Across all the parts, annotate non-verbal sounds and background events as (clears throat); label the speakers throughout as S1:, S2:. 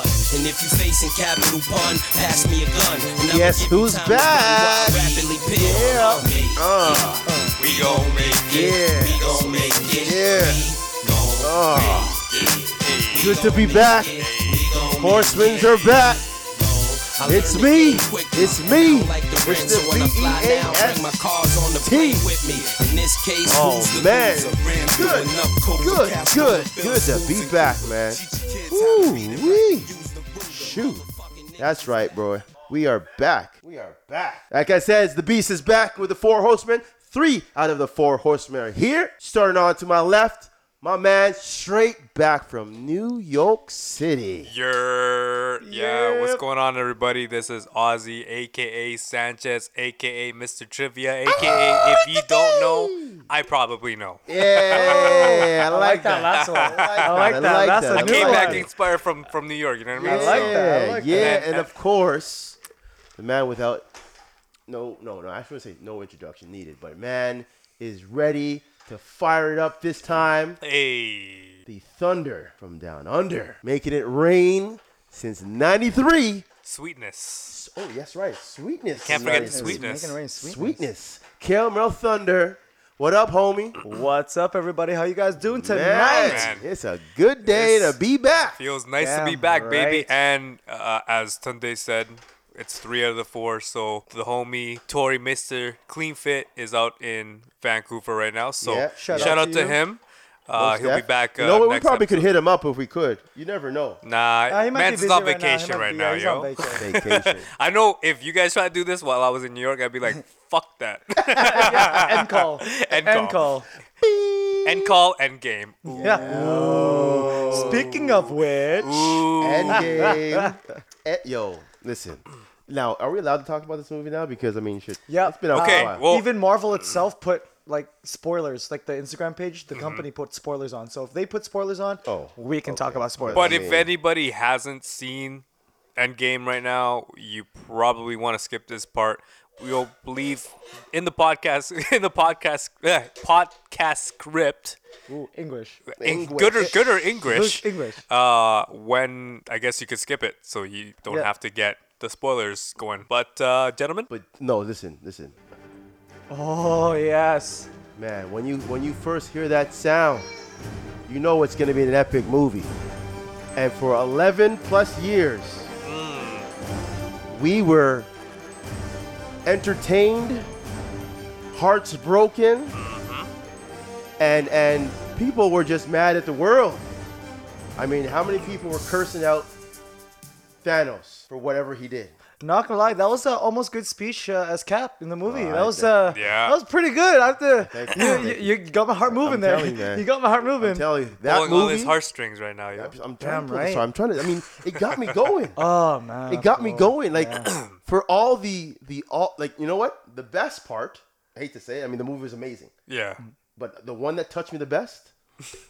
S1: And if you facing capital pun, pass me a gun. And I'ma
S2: Guess
S1: give you
S2: who's
S1: time to rewind,
S2: back?
S1: Rapidly peel.
S2: Yeah.
S1: Me.
S2: Uh,
S1: We gon' make it.
S2: Yeah.
S1: We gon' make it.
S2: Yeah.
S1: We gon'
S2: uh,
S1: make it.
S2: good to be back. Horsemen are back. It's me. It's me. It's the
S1: B-E-A-S-T.
S2: T.
S1: In this case,
S2: Oh,
S1: who's the
S2: man.
S1: loser? Ram
S2: Good,
S1: doing up cold
S2: good,
S1: cast
S2: good,
S1: on
S2: good to
S1: bills.
S2: be back, man.
S1: Teach your kids how to read and
S2: Ooh-wee.
S1: write. Use the ruler.
S2: Shoot. That's right, bro. We are back. We are back. Like I said, the beast is back with the four horsemen. Three out of the four horsemen are here. Starting on to my left, my man straight back from New York City.
S3: Yer. Yeah, what's
S2: Yep.
S3: going on, everybody? This is Ozzy, aka Sanchez, aka Mr. Trivia, aka if you don't know, I probably know.
S2: Yeah, I
S4: I like that last one. (laughs) I like that. That's a
S3: I
S4: new
S3: came
S4: one.
S3: back inspired from from New York. You know what I mean?
S4: I like
S3: So-
S4: that. I like
S2: yeah,
S4: that.
S2: and of course, the man without no, no, no. I should say no introduction needed, but man is ready to fire it up this time.
S3: Hey,
S2: The thunder from down under, making it rain since '93.
S3: sweetness.
S2: Oh, that's right, sweetness.
S3: Can't forget the
S2: Nice.
S3: sweetness.
S4: Making rain sweetness.
S2: Sweetness, Caramel Thunder. What up, homie?
S4: What's up, everybody? How you guys doing tonight?
S2: (laughs) Man, it's a good day
S3: It's-
S2: to be back.
S3: Feels nice to be
S4: Damn
S3: back,
S4: right.
S3: baby. And uh, as Tunde said, it's three out of the four. So the homie Tori Mister Clean Fit is out in Vancouver right now. So
S2: Yeah,
S3: shout,
S2: shout
S4: out
S3: out
S4: to
S3: to,
S4: you.
S3: him. Uh,
S2: Most
S3: he'll
S2: def-
S3: be back. Uh,
S2: You know what? We
S3: next
S2: probably
S3: episode.
S2: could hit him up if we could. You never
S3: (laughs)
S2: know.
S3: Nah,
S4: Uh, he might
S3: man's
S4: be busy
S3: is on
S4: right now. He
S3: vacation
S4: might
S3: right
S4: be-
S3: now,
S4: yeah, he's on
S3: yo.
S4: vacation.
S2: Vacation.
S3: I know if you guys try to do this while I was in New York, I'd be like, (laughs) fuck that.
S4: End call.
S3: End
S4: End
S3: call.
S4: call.
S3: end call, end game. Ooh.
S4: Yeah. Speaking of which,
S2: Endgame. Ah. (laughs) Eh, Yo, listen. Now, are we allowed to talk about this movie now? Because I mean, shit.
S4: Yeah.
S2: It's been out
S3: Okay,
S2: for a while.
S3: well-
S4: even Marvel itself put like spoilers, like the Instagram page, the company put spoilers on. So if they put spoilers on,
S2: Oh,
S4: we can talk
S2: okay.
S4: about spoilers.
S3: But
S2: I
S3: if
S2: mean-
S3: anybody hasn't seen Endgame right now, you probably want to skip this part. We'll leave in the podcast (laughs) in the podcast eh, podcast script.
S4: Ooh, English.
S3: In,
S2: English.
S3: good or good or English.
S4: Good English.
S3: Uh, when I guess you could skip it, so you don't
S4: Yeah.
S3: have to get the spoilers going. But uh, gentlemen,
S2: But no, listen, listen,
S4: Oh yes.
S2: man. When you when you first hear that sound, you know it's gonna be an epic movie. And for 11 plus years,
S3: Mm.
S2: we were entertained, hearts broken,
S3: Mm-hmm.
S2: and and people were just mad at the world. I mean, how many people were cursing out Thanos for whatever he did?
S4: Not gonna lie, that was a almost good speech uh, as Cap in the movie.
S2: Oh,
S4: that
S2: I
S4: was
S2: bet.
S4: uh,
S3: Yeah.
S4: that was pretty good. I have to,
S2: Thank you,
S4: you,
S2: thank
S4: you, you got my heart moving there.
S2: telling you, man.
S4: (laughs) You got my heart moving.
S2: I'm telling you, that
S3: pulling all
S2: movie.
S3: his heartstrings right now, yo.
S2: I'm, I'm
S4: Damn
S2: telling you,
S4: right.
S2: So I'm trying to. I mean, it got me going.
S4: oh man,
S2: it got me
S4: bro.
S2: going. Like (clears throat) for all the the all like you know what the best part. I hate to say it. I mean, the movie was amazing,
S3: Yeah.
S2: but the one that touched me the best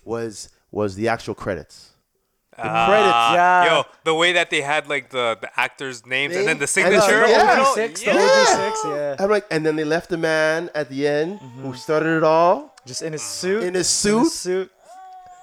S2: was was the actual credits. The
S3: Uh,
S2: credits.
S4: Ah. Yeah.
S3: Yo, the way that they had like the the actors' names and then the
S2: Name and the-
S3: signature.
S2: the
S3: you
S2: Yeah.
S3: know?
S4: OG6, the
S3: Yeah.
S4: OG6, yeah. Mm-hmm.
S2: I'm like, and then they left the man at the end who started it all
S4: Just in his suit.
S2: in his suit.
S4: suit.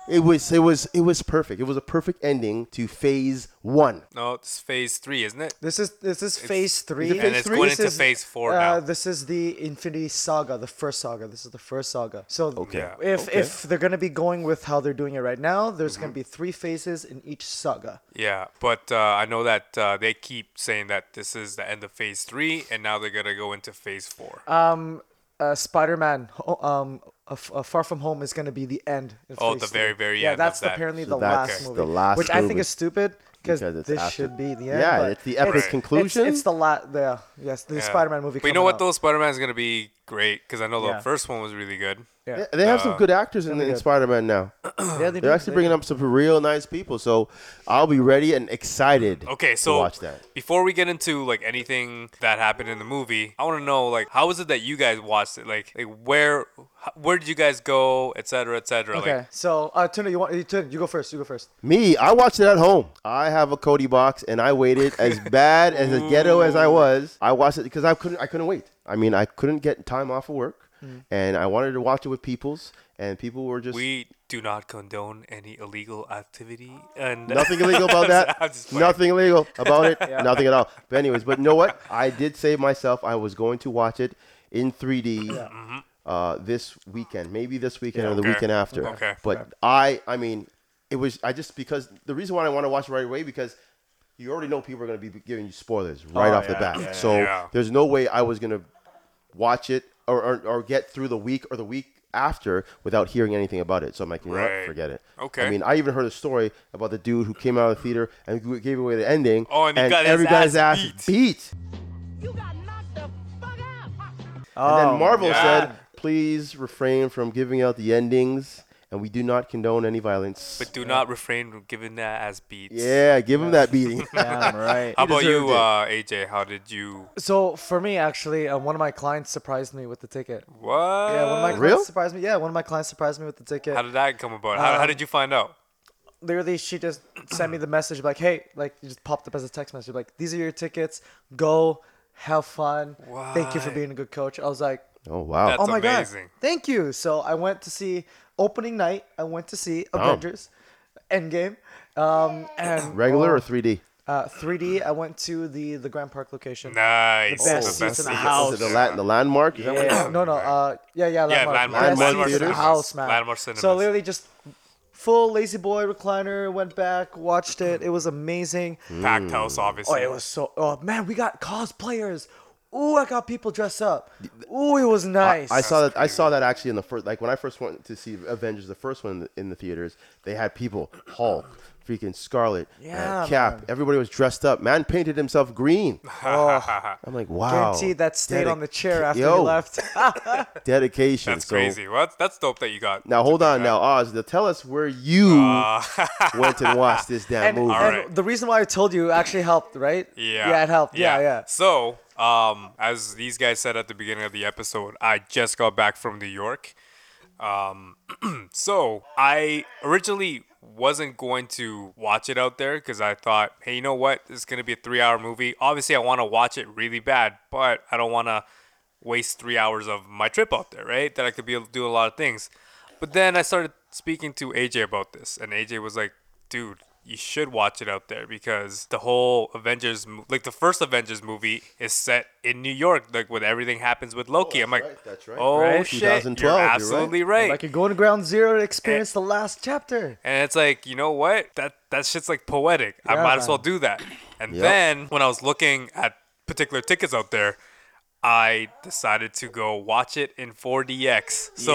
S2: It was it was it was perfect. It was a perfect ending to phase one.
S3: No, it's phase three, isn't it?
S4: This is this is phase three.
S2: it phase And
S3: it's three? going
S4: This
S3: into phase four now.
S4: Uh, this is the Infinity Saga, the first saga. This is the first saga. So
S2: Okay.
S3: Yeah.
S4: if
S2: Okay. Mm-hmm.
S4: if they're gonna be going with how they're doing it right now, there's gonna be three phases in each saga.
S3: Yeah, but uh, I know that uh, they keep saying that this is the end of phase three, and now they're gonna go into phase four.
S4: uh, Spider-Man, ho- um, a, F- a Far From Home is gonna be the end. of
S3: Oh,
S4: Phase
S3: the
S4: three.
S3: very, very
S4: yeah,
S3: end of
S4: that's
S3: that.
S4: apparently
S2: So
S4: the
S2: that's
S4: last movie.
S2: the last
S4: which I think
S2: movie.
S4: is stupid because
S2: Because it's
S4: this
S2: after-
S4: should be the end.
S2: Yeah,
S4: but
S2: it's the epic
S4: it's-
S2: conclusion.
S4: It's, it's the last. Yeah, yes, the
S3: Yeah.
S4: Spider-Man movie.
S3: But you
S4: coming
S3: know what
S4: out.
S3: though, Spider Man's gonna be great because I know the
S4: Yeah.
S3: first one was really good.
S4: Yeah,
S2: They- They have some good actors in,
S4: really
S2: in
S4: good.
S2: Spider-Man now.
S4: yeah they
S2: They're
S4: do,
S2: actually
S4: they
S2: bringing
S4: do.
S2: up some real nice people, so I'll be ready and excited.
S3: Okay, so
S2: to watch that.
S3: before we get into like anything that happened in the movie, I want to know like how was it that you guys watched it? Like, like where h- where did you guys go, et cetera, et cetera?
S4: Okay,
S3: Like,
S4: so uh, Tuna, you want you, Tuna, you go first. You
S2: (laughs)
S4: go first.
S2: Me, I watched it at home. I have a Cody box, and I waited as bad as a ghetto as I was. I watched it because I couldn't. I couldn't wait. I mean, I couldn't get time off of work, and I wanted to watch it with peoples, and people were just
S3: we do not condone any illegal activity and (laughs)
S2: Nothing illegal about
S3: I'm
S2: that.
S3: just playing.
S2: Nothing illegal about
S3: (laughs)
S2: it. Nothing at all. But anyways, but you know what? I did save myself. I was going to watch it in 3D uh, this weekend, maybe this weekend or the
S3: Mm-hmm. Okay.
S2: weekend after.
S3: Okay.
S2: But I, I mean, it was. I just because the reason why I want to watch it right away because you already know people are going to be giving you spoilers right
S4: Oh,
S2: off the
S4: yeah,
S2: bat.
S4: yeah,
S2: so
S3: yeah.
S2: there's no way I was going to watch it or, or or get through the week or the week after without hearing anything about it. So I'm like, you know what?
S3: Right.
S2: Forget it.
S3: Okay.
S2: I mean, I even heard a story about the dude who came out of the theater and g- gave away the ending.
S3: Oh, and he got his
S2: every guy's
S3: ass
S2: beat.
S5: You got knocked the fuck out.
S2: And
S4: Oh,
S2: then Marvel
S3: yeah.
S2: said, please refrain from giving out the endings, and we do not condone any violence.
S3: but do not refrain from giving that as beats
S2: yeah, give him that
S3: (laughs)
S2: beating.
S4: Damn right.
S3: how about you
S2: deserved it.
S3: uh, aj how did you
S4: So for me, actually, uh, one of my clients surprised me with the ticket.
S3: what
S4: Yeah, one of my clients
S2: Real?
S4: surprised me. Yeah, one of my clients surprised me with the ticket.
S3: how did that come about how, how
S4: Um,
S3: did you find out
S4: Literally, she just sent
S3: (clears throat)
S4: me the message like, "Hey," like it just popped up as a text message like, "These are your tickets. Go, have fun. Thank you for
S3: What?
S4: being a good coach." I was like,
S2: Oh, wow.
S3: That's
S4: "Oh my
S3: amazing.
S4: god, thank you!" So I went to see opening night. I went to see Avengers, Endgame, um, and
S2: Regular
S4: oh,
S2: or 3D?
S4: uh, 3D. I went to the the Grand Park location.
S3: nice
S4: best
S3: The
S4: seats
S3: best
S4: in the
S3: seats.
S4: house.
S2: Is it the, la- the landmark? Is that what-
S4: Yeah, no, no, uh, yeah, yeah, landmark,
S3: Landmark.
S4: Best
S2: Landmark
S4: seats in the
S2: Cinemas.
S4: house, man.
S3: Landmark
S4: So
S3: Cinemas.
S4: literally just full lazy boy recliner. Went back, watched it. It was amazing.
S3: packed house
S2: Mm.
S4: Oh,
S3: obviously
S4: it was so. Oh man, we got cosplayers. Ooh, I got people dressed up. Ooh, it was nice.
S2: I
S3: (laughs)
S2: saw that. I saw that actually in the first, like when I first went to see Avengers, the first one in the, in the theaters, they had people Hulk, freaking Scarlet, uh,
S4: Yeah,
S2: Cap.
S4: man.
S2: Everybody was dressed up. Man painted himself
S3: (laughs)
S2: green.
S4: Oh,
S2: I'm like, wow.
S4: guaranteed that stayed on the chair
S2: dedica-
S4: after
S2: Yo,
S4: you
S2: (laughs)
S4: left.
S2: Dedication.
S3: that's
S2: So-
S3: crazy well that's, that's dope that you got
S2: Now hold on, now Oz. Now tell us where you (laughs) went and watched this damn
S4: and,
S2: movie.
S4: and
S3: right.
S4: the reason why I told you actually helped, right?
S3: Yeah.
S4: Yeah, it helped. Yeah, yeah.
S3: So, um, as these guys said at the beginning of the episode, I just got back from New York. Um, so I originally wasn't going to watch it out there because I thought, hey, you know what? This is gonna be a three-hour movie. Obviously, I want to watch it really bad, but I don't want to waste three hours of my trip out there, right? That I could be able to do a lot of things. But then I started speaking to AJ about this, and AJ was like, dude, you should watch it out there because the whole Avengers, mo- like the first Avengers movie, is set in New York, like with everything happens with Loki. I'm like,
S2: right, that's right.
S3: oh
S4: Right?
S3: shit,
S2: 2012,
S3: you're
S2: you're right.
S3: absolutely right.
S4: Like you're going to ground zero to experience
S3: Eh.
S4: the last chapter.
S3: And it's like, you know what? That that shit's like poetic. I
S4: Yeah,
S3: might as well
S4: man.
S3: do that. And
S2: Yep.
S3: then when I was looking at particular tickets out there, I decided to go watch it in 4DX. So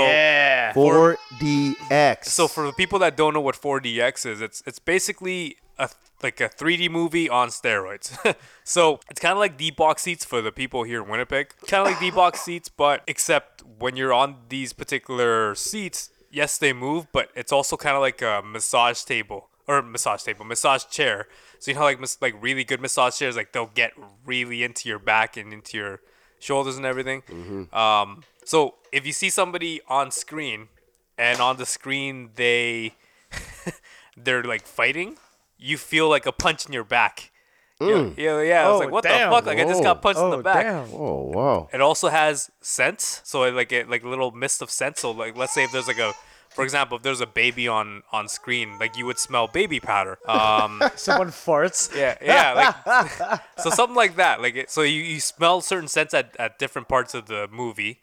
S2: 4DX.
S3: so for the people that don't know what 4DX is, it's it's basically a like a 3D movie on steroids. (laughs) so it's kind of like D box seats for the people here in Winnipeg. Kind of like D box seats, but except when you're on these particular seats, yes, they move, but it's also kind of like a massage table or massage table, massage chair. So you know, how, like mas- like really good massage chairs, like they'll get really into your back and into your shoulders and everything. Um, so if you see somebody on screen and on the screen they (laughs) they're like fighting, you feel like a punch in your back. Yeah, yeah, yeah. I was
S4: Oh,
S3: like, what
S4: damn.
S3: the fuck? Like I just got
S2: Whoa.
S3: punched in the
S4: Oh
S3: back.
S4: damn.
S2: oh wow.
S3: It also has scents, so it, like it, like little mist of scent. So like let's say if there's like a, for example, if there's a baby on on screen, like you would smell baby powder. Um, (laughs)
S4: Someone farts.
S3: yeah, yeah, like so something like that. Like it, so you, you smell certain scents at, at different parts of the movie.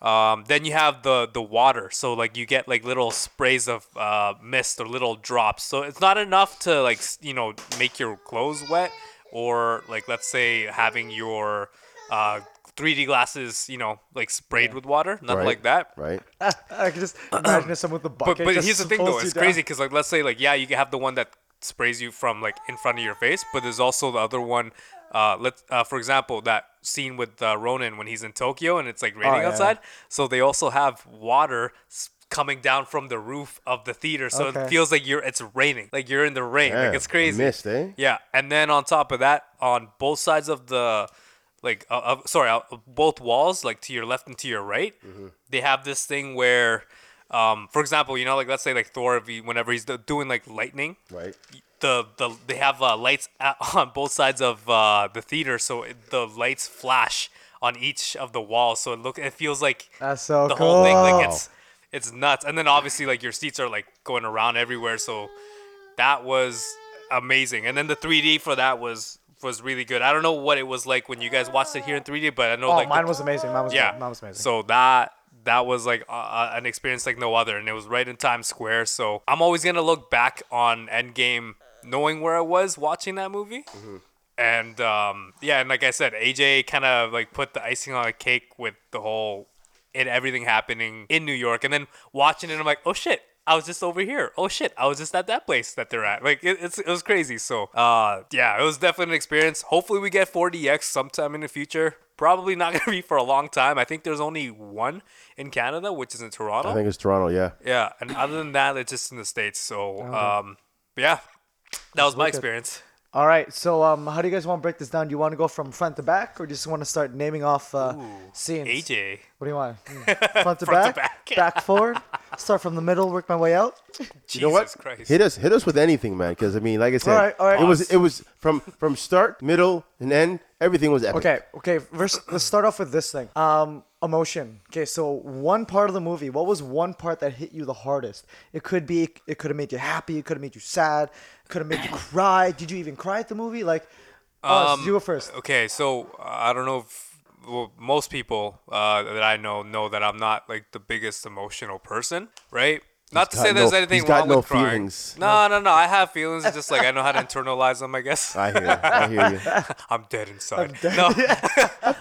S3: Um, then you have the the water, so like you get like little sprays of uh, mist or little drops. So it's not enough to like s- you know make your clothes wet or like let's say having your uh, 3D glasses you know like sprayed with water, nothing
S2: Right.
S3: like that.
S2: Right.
S4: I can just imagine someone with a bucket.
S3: But, but
S4: just
S3: here's the thing though,
S4: pulls you
S3: it's
S4: down.
S3: crazy because like let's say like yeah, you can have the one that sprays you from like in front of your face, but there's also the other one. Uh, let uh, for example that scene with uh, Ronan when he's in Tokyo and it's like raining
S4: Oh, yeah.
S3: outside. So they also have water s- coming down from the roof of the theater, so it
S4: Okay.
S3: feels like you're it's raining, like you're in the rain,
S2: Yeah,
S3: like it's crazy.
S2: mist, eh?
S3: Yeah, and then on top of that, on both sides of the, like, uh, uh, sorry, uh, both walls, like to your left and to your right, they have this thing where, um, for example, you know, like let's say like Thor, if he, whenever he's do- doing like lightning,
S2: Right.
S3: the the they have uh, lights at, (laughs) on both sides of uh, the theater, so it, the lights flash on each of the walls, so it look it feels like
S4: That's so
S3: the
S4: cool.
S3: whole thing, like it's it's nuts. And then obviously like your seats are like going around everywhere. So that was amazing. And then the 3D for that was was really good. I don't know what it was like when you guys watched it here in 3D, but I know
S4: Oh,
S3: like the-
S4: mine was amazing. Mine was
S3: yeah,
S4: mine was amazing.
S3: So that that was like uh, uh, an experience like no other, and it was right in Times Square. So I'm always gonna look back on Endgame, knowing where I was watching that movie. And um, yeah, and like I said, AJ kind of like put the icing on the cake with the whole it everything happening in New York, and then watching it, I'm like, oh shit. I was just over here. Oh shit! I was just at that place that they're at. Like it, it's it was crazy. So uh, yeah, it was definitely an experience. Hopefully, we get 4DX sometime in the future. Probably not (laughs) gonna be for a long time. I think there's only one in Canada, which is in Toronto.
S2: I think it's Toronto. Yeah.
S3: yeah, and other than that, it's just in the states. So um, yeah, that was my experience.
S4: All right. So um, how do you guys want to break this down? Do you want to go from front to back, or just want to start naming off uh, scenes?
S3: AJ,
S4: What do you
S3: (laughs)
S4: want? Hmm. Front to
S3: Front
S4: back,
S3: to back.
S4: (laughs) back forward. Start from the middle, work my way out.
S3: Jesus
S2: You know what?
S3: Christ.
S2: Hit us, hit us with anything, man. Because I mean, like I said,
S4: Alright, alright.
S2: it was, it was from from start, middle, and end. Everything was epic.
S4: Okay, okay. First, let's start off with this thing. Um, emotion. Okay, so one part of the movie. What was one part that hit you the hardest? It could be. It could have made you happy. It could have made you sad. It could have
S3: (clears throat)
S4: made you cry. Did you even cry at the movie? Like, uh, you go first.
S3: Um, Okay, so uh, I don't know if well, most people uh, that I know know that I'm not like the biggest emotional person, right? Not to
S2: got
S3: say there's
S2: no-
S3: anything
S2: he's got
S3: wrong
S2: no
S3: with crying.
S2: feelings.
S3: No, no, no. I have feelings. It's just like I
S2: (laughs)
S3: know how to internalize them. I guess
S2: I hear you. I hear you.
S4: (laughs)
S3: I'm dead inside.
S2: (laughs)
S3: No,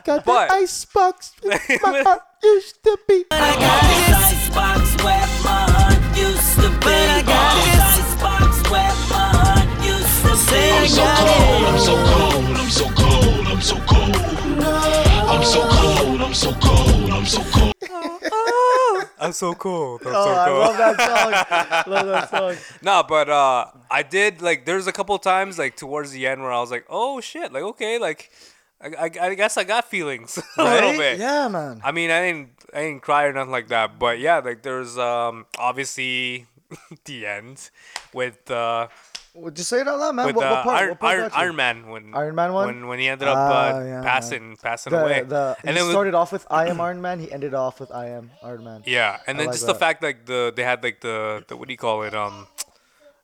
S2: Got
S3: But-
S2: that ice
S3: (laughs)
S2: box. where My heart used to be.
S6: I got this icebox where my heart used to be. I got this icebox where my heart used to be.
S1: I'm so cold, I'm so cold, I'm so cold, I'm so cold. I'm so cold, I'm so cold, I'm so cold.
S3: I'm so cold. I'm
S4: Oh,
S3: so
S4: I
S3: cold.
S4: love that song. love that song.
S3: No, but uh, I did like. There's a couple times like towards the end where I was like, "Oh shit!" Like okay, like I, I, I guess I got feelings (laughs) a little
S4: Right?
S3: bit.
S4: Yeah, man.
S3: I mean, I didn't, I didn't cry or nothing like that. But yeah, like there's um obviously (laughs) the end with uh
S4: Well, just say it out loud, man.
S3: with
S4: what,
S3: uh,
S4: what part?
S3: Iron,
S4: what part
S3: Iron,
S4: got you?
S3: Iron Man when
S4: Iron Man one?
S3: when when he ended up
S4: Ah,
S3: uh,
S4: yeah.
S3: passing passing
S4: The,
S3: away.
S4: the,
S3: and
S4: he
S3: then with-
S4: started off with I am Iron Man. He ended off with I am Iron Man.
S3: yeah, and then
S4: like
S3: just the
S4: that.
S3: fact like the they had like the, the what do you call it um.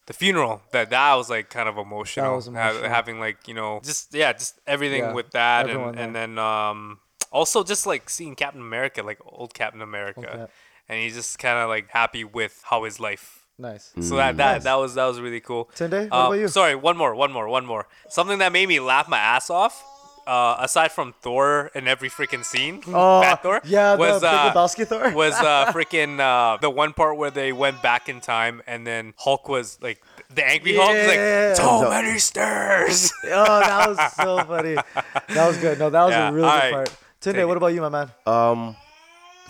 S3: The funeral that that was like kind of emotional,
S4: was
S3: ha-
S4: emotional.
S3: having like you know just yeah just everything
S4: Yeah,
S3: with that
S4: everyone
S3: and, and then um also just like seeing Captain America like old Captain America
S4: Cap.
S3: and he's just kind of like happy with how his life
S4: Nice.
S3: so that that, that was that was really cool.
S4: Tunde, what
S3: Uh,
S4: about you?
S3: Sorry, one more, one more, one more. Something that made me laugh my ass off. Uh, aside from Thor in every freaking scene,
S4: Oh,
S3: Fat Thor,
S4: yeah, the
S3: was
S4: Big
S3: uh,
S4: Lebowski Thor.
S3: was uh, freaking uh, the one part where they went back in time and then Hulk was like the angry Hulk was
S4: Yeah.
S3: like so many stairs.
S4: (laughs) oh, that was so
S3: (laughs)
S4: funny. That was good. No, that was
S3: Yeah,
S4: a really good
S3: alright.
S4: part.
S3: Take
S4: Tunde,
S3: it.
S4: what about you, my man?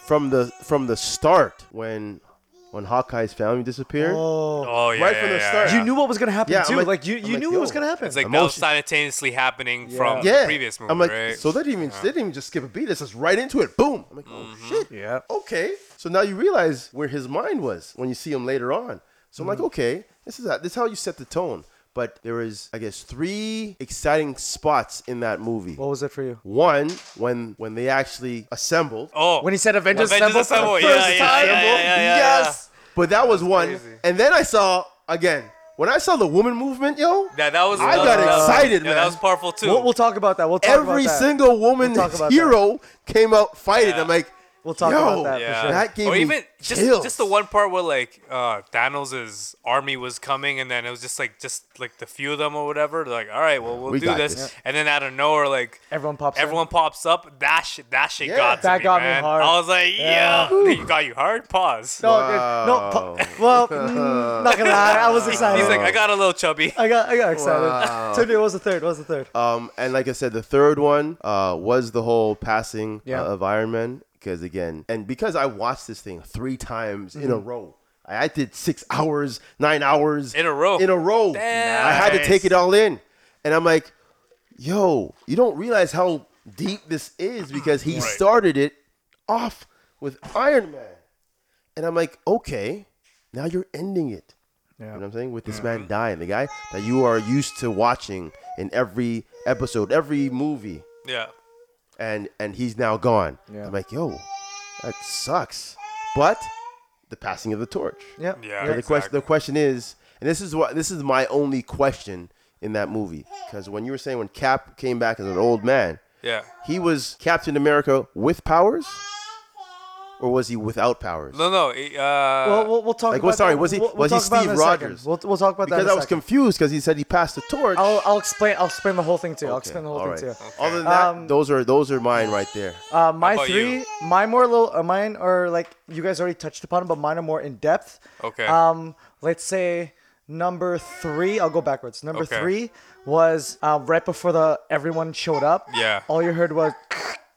S2: From the from the start, when when Hawkeye's family disappeared.
S3: (laughs) oh yeah,
S2: Right
S3: yeah,
S2: from the
S3: yeah,
S2: start.
S3: yeah.
S4: you knew what was gonna happen
S2: Yeah, I'm
S4: too.
S2: like-
S4: Like, you,
S2: I'm
S4: you
S2: like,
S4: knew
S2: yo.
S4: what was gonna happen.
S3: It's like that was
S2: Emotion.
S3: simultaneously happening from
S2: yeah.
S3: the previous movie,
S2: I'm like,
S3: right?
S2: so they didn't even they didn't even just skip a beat. It's just right into it. Boom. I'm like, oh
S3: Mm-hmm.
S2: shit.
S4: Yeah.
S2: Okay. So now you realize where his mind was when you see him later on. So I'm like,
S4: Mm-hmm.
S2: okay, this is this is how you set the tone. But there is, I guess, three exciting spots in that movie.
S4: what was it for you?
S2: One when when they actually assembled.
S3: oh,
S4: When he said Avengers
S3: Avengers
S4: Assemble for
S3: Assemble,
S4: the
S3: yeah,
S4: first
S3: yeah,
S4: time.
S3: yeah, yeah, yeah, yeah,
S2: yes. But that was one.
S3: crazy.
S2: And then I saw again when I saw the woman movement, yo.
S3: yeah, that was
S2: I
S3: that
S2: got
S3: was-
S2: excited,
S3: yeah,
S2: man.
S3: That was powerful too.
S4: We'll, we'll talk about that. We'll talk
S2: Every
S4: about that.
S2: single woman
S4: We'll talk about
S2: hero came out fighting.
S3: Yeah.
S2: I'm like,
S4: We'll talk
S2: yo,
S4: about that for
S3: Yeah.
S4: sure.
S2: That gave
S3: or
S2: me
S3: even just
S2: chills.
S3: just the one part where like uh Thanos' army was coming and then it was just like just like the few of them or whatever. They're like, all right, well we'll
S2: We
S3: do
S2: got
S3: this.
S2: this.
S3: And then out of nowhere, like
S4: Everyone pops. in.
S3: everyone pops up. That shit that shit
S2: Yeah.
S3: got to
S4: That
S3: me,
S4: got me
S3: man.
S4: hard.
S3: I was like, yeah,
S4: Yeah.
S3: you got you hard. Pause.
S4: No, dude, no. Po- well, mm, not gonna lie, I was excited.
S3: He's like, I got a little chubby.
S4: I got, I got excited.
S2: Wow.
S4: Tunde, what was the third? What was the third?
S2: Um, and like I said, the third one uh, was the whole passing
S4: Yeah.
S2: uh, of Iron Man. Because again, and because I watched this thing three times in a row, I, I did six hours, nine hours
S3: In a row.
S2: In a row,
S3: Damn.
S2: I had to
S3: Nice.
S2: take it all in, and I'm like, "Yo, you don't realize how deep this is because he started it off with Iron Man," and I'm like, "Okay, now you're ending it." You know what I'm saying? With this man dying, the guy that you are used to watching in every episode, every movie,
S3: Yeah.
S2: and and he's now gone.
S4: Yeah.
S2: I'm like, yo, that sucks. But the passing of the torch.
S4: Yeah.
S3: Yeah.
S2: So the question
S3: exactly.
S2: the question is, and this is what this is my only question in that movie because when you were saying when Cap came back as an old man,
S3: Yeah.
S2: he was Captain America with powers, or was he without powers?
S3: No, no. it, uh,
S4: Well, we'll, we'll talk.
S2: like,
S4: about
S2: well, sorry,
S4: that.
S2: was he-
S4: We'll, we'll
S2: was he
S4: talk about that
S2: Steve
S4: in a second.
S2: Rogers?
S4: We'll, we'll talk about that.
S2: because
S4: in a
S2: I was
S4: second.
S2: confused because he said he passed the torch.
S4: I'll, I'll explain. I'll explain the whole thing to you. I'll explain the whole
S2: all
S4: thing
S2: right.
S4: to you.
S2: Other than that,
S4: Um,
S2: those are those are mine right there.
S4: Uh, my
S3: about
S4: three,
S3: you?
S4: my more little, uh, mine are like you guys already touched upon, them, but mine are more in depth.
S3: Okay.
S4: Um, let's say number three. I'll go backwards. Number
S3: Okay.
S4: three was uh, right before the everyone showed up.
S3: Yeah.
S4: All you heard was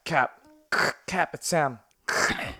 S4: cap, cap at Sam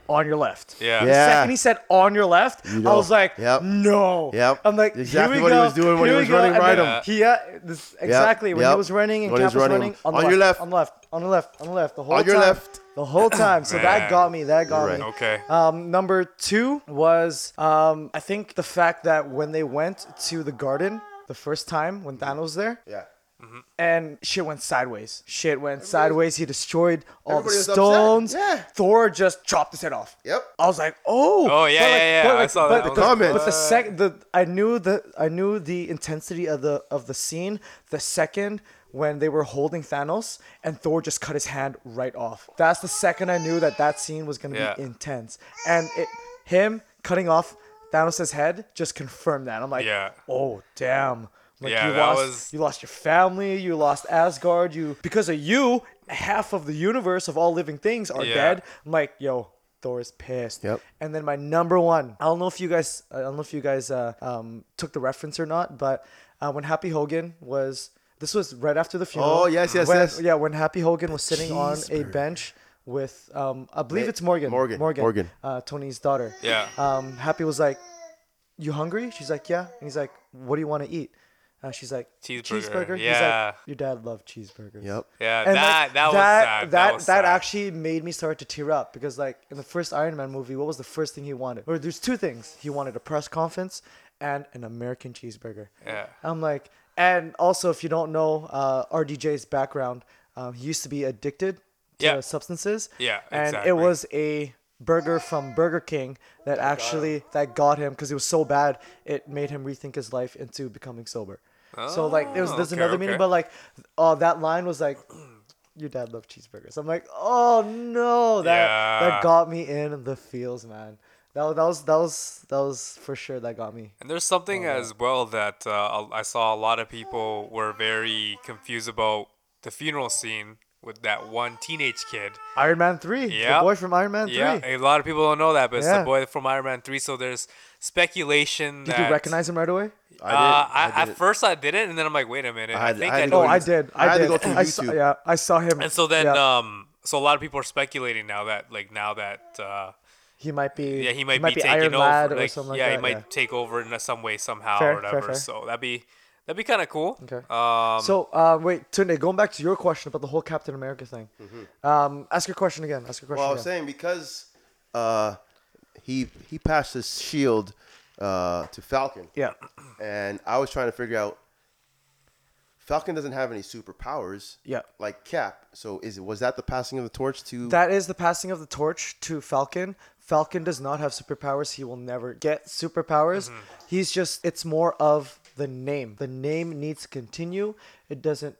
S4: on your left.
S3: yeah.
S4: The
S2: Yeah.
S4: second he said on your left, I
S2: know.
S4: was like,
S2: Yep.
S4: no.
S2: Yep.
S4: I'm like,
S2: Exactly
S4: here we
S2: what he
S4: go,
S2: was doing when he
S4: here we
S2: was
S4: go.
S2: running
S4: And
S2: right
S4: then
S2: him.
S4: He, yeah, this, exactly. When
S2: yep.
S4: he was running and
S2: When he was
S4: Cap was
S2: running,
S4: running on,
S2: on
S4: the
S2: your left.
S4: on the left, on the left, on the left, the whole
S2: On your
S4: time.
S2: left.
S4: The whole time. So that
S3: Man.
S4: got me. That got
S2: You're
S4: me.
S2: right.
S3: Okay.
S4: Um, number two was um, I think the fact that when they went to the garden the first time when Thanos was there
S2: Mm-hmm. Yeah.
S3: Mm-hmm.
S4: and shit went sideways. Shit went sideways. He destroyed all the
S2: everybody was upset.
S4: stones.
S2: Yeah.
S4: Thor just chopped his head off.
S2: Yep.
S4: I was like, oh.
S3: Oh, yeah,
S4: But, like,
S3: yeah, yeah.
S4: but,
S3: I
S4: like,
S3: saw
S4: but
S3: that. I was
S4: the-
S3: like,
S2: Comment.
S4: But the second, the I knew the I knew the intensity of the of the scene. The second when they were holding Thanos and Thor just cut his hand right off. That's the second I knew that that scene was gonna
S3: Yeah.
S4: be intense. And it him cutting off Thanos' head just confirmed that. I'm like,
S3: Yeah.
S4: oh damn. Like
S3: Yeah,
S4: you
S3: that
S4: lost,
S3: was-
S4: you lost your family, you lost Asgard, you because of you, half of the universe of all living things are
S3: Yeah.
S4: dead. I'm like, yo, Thor is pissed.
S2: Yep.
S4: And then my number one, I don't know if you guys, I don't know if you guys uh, um, took the reference or not, but uh, when Happy Hogan was, this was right after the funeral.
S2: Oh, yes, yes,
S4: when,
S2: yes.
S4: Yeah, when Happy Hogan was sitting on a
S2: cheeseburger.
S4: bench with, um, I believe
S2: Wait,
S4: it's Morgan,
S2: Morgan,
S4: Morgan,
S2: Morgan.
S4: uh, Tony's daughter.
S3: Yeah.
S4: Um, Happy was like, "You hungry?" She's like, "Yeah." And he's like, "What do you want to eat?" Uh, she's like,
S3: Cheeseburger.
S4: He's
S3: Yeah.
S4: like, "Your dad loved cheeseburgers."
S2: Yep.
S3: yeah.
S4: And
S3: that,
S4: like,
S3: that was
S4: that
S3: sad.
S4: that,
S3: was sad.
S4: that actually made me start to tear up because like in the first Iron Man movie, what was the first thing he wanted? Or there's two things he wanted: a press conference and an American cheeseburger.
S3: Yeah.
S4: I'm like, and also if you don't know uh, RDJ's background, um, he used to be addicted to
S3: Yeah.
S4: substances.
S3: Yeah,
S4: and
S3: exactly.
S4: it was a burger from Burger King that actually that got him because it was so bad it made him rethink his life into becoming sober. so like there's there's
S3: Oh, okay,
S4: another meaning,
S3: okay.
S4: but like uh, that line was like your dad loved cheeseburgers. I'm like, oh no, that
S3: Yeah.
S4: that got me in the feels, man. That, wa- that was that was that was for sure that got me.
S3: And there's something
S4: oh,
S3: as well that uh, I saw a lot of people were very confused about the funeral scene with that one teenage kid.
S4: Iron Man three,
S3: Yeah.
S4: the boy from Iron Man Oh, three.
S3: Yeah, a lot of people don't know that, but it's
S4: Yeah.
S3: the boy from Iron Man 3. So there's speculation
S4: Did
S3: that.
S4: you recognize him right away?
S3: Uh,
S2: did,
S3: I,
S2: I did
S3: at
S2: it.
S3: first I didn't, and then I'm like, wait a
S2: I
S3: minute. I,
S2: had- I
S3: think
S2: had
S3: I,
S2: to
S3: know
S4: Oh,
S2: go
S3: who
S4: I
S3: this-
S4: did. I,
S2: I had to
S4: did.
S2: go through
S4: I saw,
S2: YouTube.
S4: yeah, I saw him.
S3: And so then,
S4: Yeah.
S3: um, so a lot of people are speculating now that, like, now that, uh,
S4: he might be.
S3: yeah, he might, be, taking
S4: Iron
S3: over.
S4: Lad
S3: like,
S4: or something like
S3: yeah,
S4: that.
S3: he might take over in some way somehow
S4: Fair,
S3: or
S4: fair,
S3: whatever.
S4: fair.
S3: So that'd be that'd be kind of cool.
S4: Okay.
S3: Um,
S4: So uh, wait, Tunde, going back to your question about the whole Captain America thing. Um, ask your question again. Ask your question.
S2: Mm-hmm. Well, I
S4: again.
S2: was saying because uh, he he passed his shield uh, to Falcon,
S4: yeah.
S2: and I was trying to figure out Falcon doesn't have any superpowers,
S4: Yeah.
S2: like Cap. So is it was that the passing of the torch to?
S4: That is the passing of the torch to Falcon. Falcon does not have superpowers. He will never get superpowers.
S3: Mm-hmm.
S4: He's just it's more of the name. The name needs to continue. It doesn't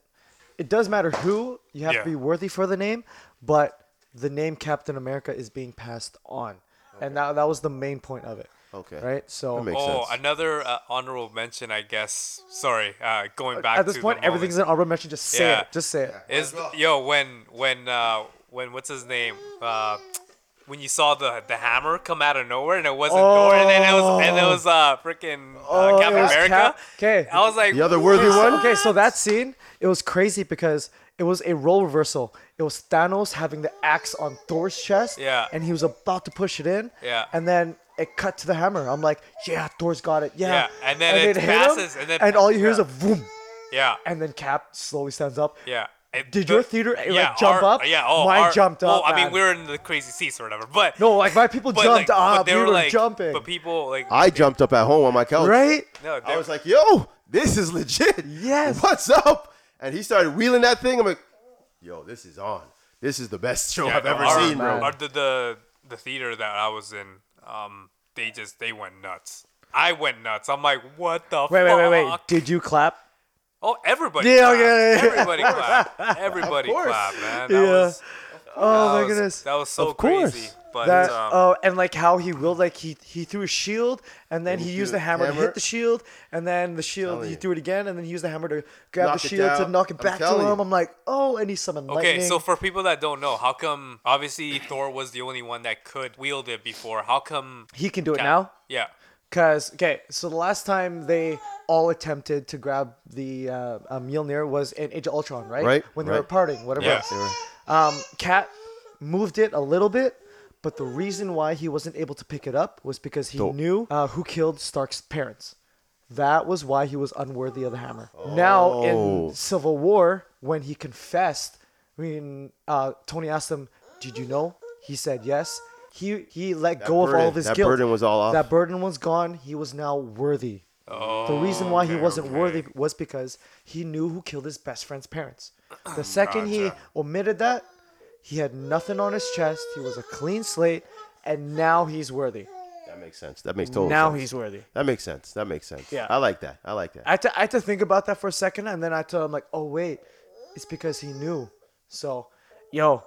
S4: it does matter who. You have
S3: Yeah.
S4: to be worthy for the name, but the name Captain America is being passed on. And that that was the main point of it.
S2: Okay.
S4: Right? So
S2: That makes
S3: oh,
S2: sense.
S3: another uh, honorable mention, I guess. Sorry, uh, going back
S4: at this
S3: to
S4: point
S3: the
S4: everything's
S3: moment.
S4: an honorable mention. Just say
S3: Yeah.
S4: it. Just say it.
S3: is yo when when uh, when what's his name uh, when you saw the the hammer come out of nowhere and it wasn't Thor and then it was and it was uh freaking uh,
S4: Oh,
S3: Captain
S4: it was
S3: America.
S4: Cap- 'kay.
S3: I was like
S2: the other worthy one.
S4: Okay, so that scene, it was crazy because it was a role reversal. It was Thanos having the axe on Thor's chest.
S3: Yeah.
S4: And he was about to push it in.
S3: Yeah.
S4: And then it cut to the hammer. I'm like, yeah, Thor's got it. Yeah.
S3: Yeah, and then it
S4: hit
S3: passes,
S4: him,
S3: and then-
S4: all you hear is
S3: yeah.
S4: a boom.
S3: Yeah,
S4: And then Cap slowly stands up.
S3: yeah. It-
S4: Did
S3: the-
S4: your theater, like,
S3: yeah,
S4: jump
S3: our-
S4: up?
S3: Yeah, oh,
S4: Mine
S3: our-
S4: jumped
S3: well,
S4: up,
S3: I mean,
S4: man.
S3: we were in the crazy seats or whatever, but
S4: No, like my people
S3: but, like,
S4: jumped
S3: but
S4: up.
S3: they
S4: We
S3: were,
S4: were,
S3: like,
S4: jumping.
S3: But people like
S2: I jumped up at home on my couch.
S4: right?
S3: no, they,
S2: I was like, "Yo, this is legit.
S4: Yes.
S2: What's up?" And he started wheeling that thing. I'm like, "Yo, this is on. This is the best show
S3: Yeah,
S2: I've
S3: no,
S2: ever
S3: our-
S2: seen, bro."
S3: our- the, the the theater that I was in, um, they just they went nuts. I went nuts. I'm like, what the
S4: Wait,
S3: fuck?
S4: wait, wait, wait. Did you clap?
S3: Oh, everybody.
S4: Yeah,
S3: clapped.
S4: okay, yeah, yeah. (laughs)
S3: Everybody clapped. Everybody
S2: course.
S3: clapped, man. That
S4: Yeah.
S3: was,
S4: Oh
S3: that
S4: my
S3: was-
S4: goodness.
S3: That was so
S4: of course.
S3: crazy. But
S4: that,
S3: um,
S4: oh, and like how he will like he he threw a shield and then
S2: And
S4: he
S2: he
S4: used
S2: threw the
S4: the hammer, to
S2: hammer.
S4: hit the shield and then the shield
S2: Telling
S4: he
S2: you.
S4: threw it again and then he used the hammer to grab
S2: Knock
S4: the
S2: it
S4: shield to
S2: down.
S4: knock it
S2: I'm
S4: back to
S2: telling
S4: him.
S2: you.
S4: I'm like, oh, and he summoned lightning.
S3: Okay, so for people that don't know, how come obviously Thor was the only one that could wield it before? How come
S4: he can do
S3: Cap-
S4: it now.
S3: Yeah.
S4: Cause okay, so the last time they all attempted to grab the uh, uh, Mjolnir was in Age of Ultron, right?
S2: Right,
S4: When they
S2: right.
S4: were parting, whatever.
S3: Yeah.
S4: else. Um, Cat moved it a little bit, but the reason why he wasn't able to pick it up was because he
S2: Dope.
S4: knew uh, who killed Stark's parents. That was why he was unworthy of the hammer. Now
S2: Oh.
S4: in Civil War, when he confessed, when uh, Tony asked him, "Did you know?" He said yes. He he let go of all of
S2: burden-
S4: his
S2: that
S4: guilt.
S2: burden was all off.
S4: That burden was gone. He was now worthy. the reason why he wasn't worthy was because he knew who killed his best friend's parents. The second he omitted that, he had nothing on his chest. He was a clean slate, and now he's worthy.
S2: That makes sense. That makes total
S4: now
S2: sense.
S4: he's worthy.
S2: That makes sense. That makes sense.
S4: Yeah.
S2: I like that. I like that.
S4: (laughs) I had, to, I had to think about that for a second, and then I told him like, "Oh wait, it's because he knew." So, yo,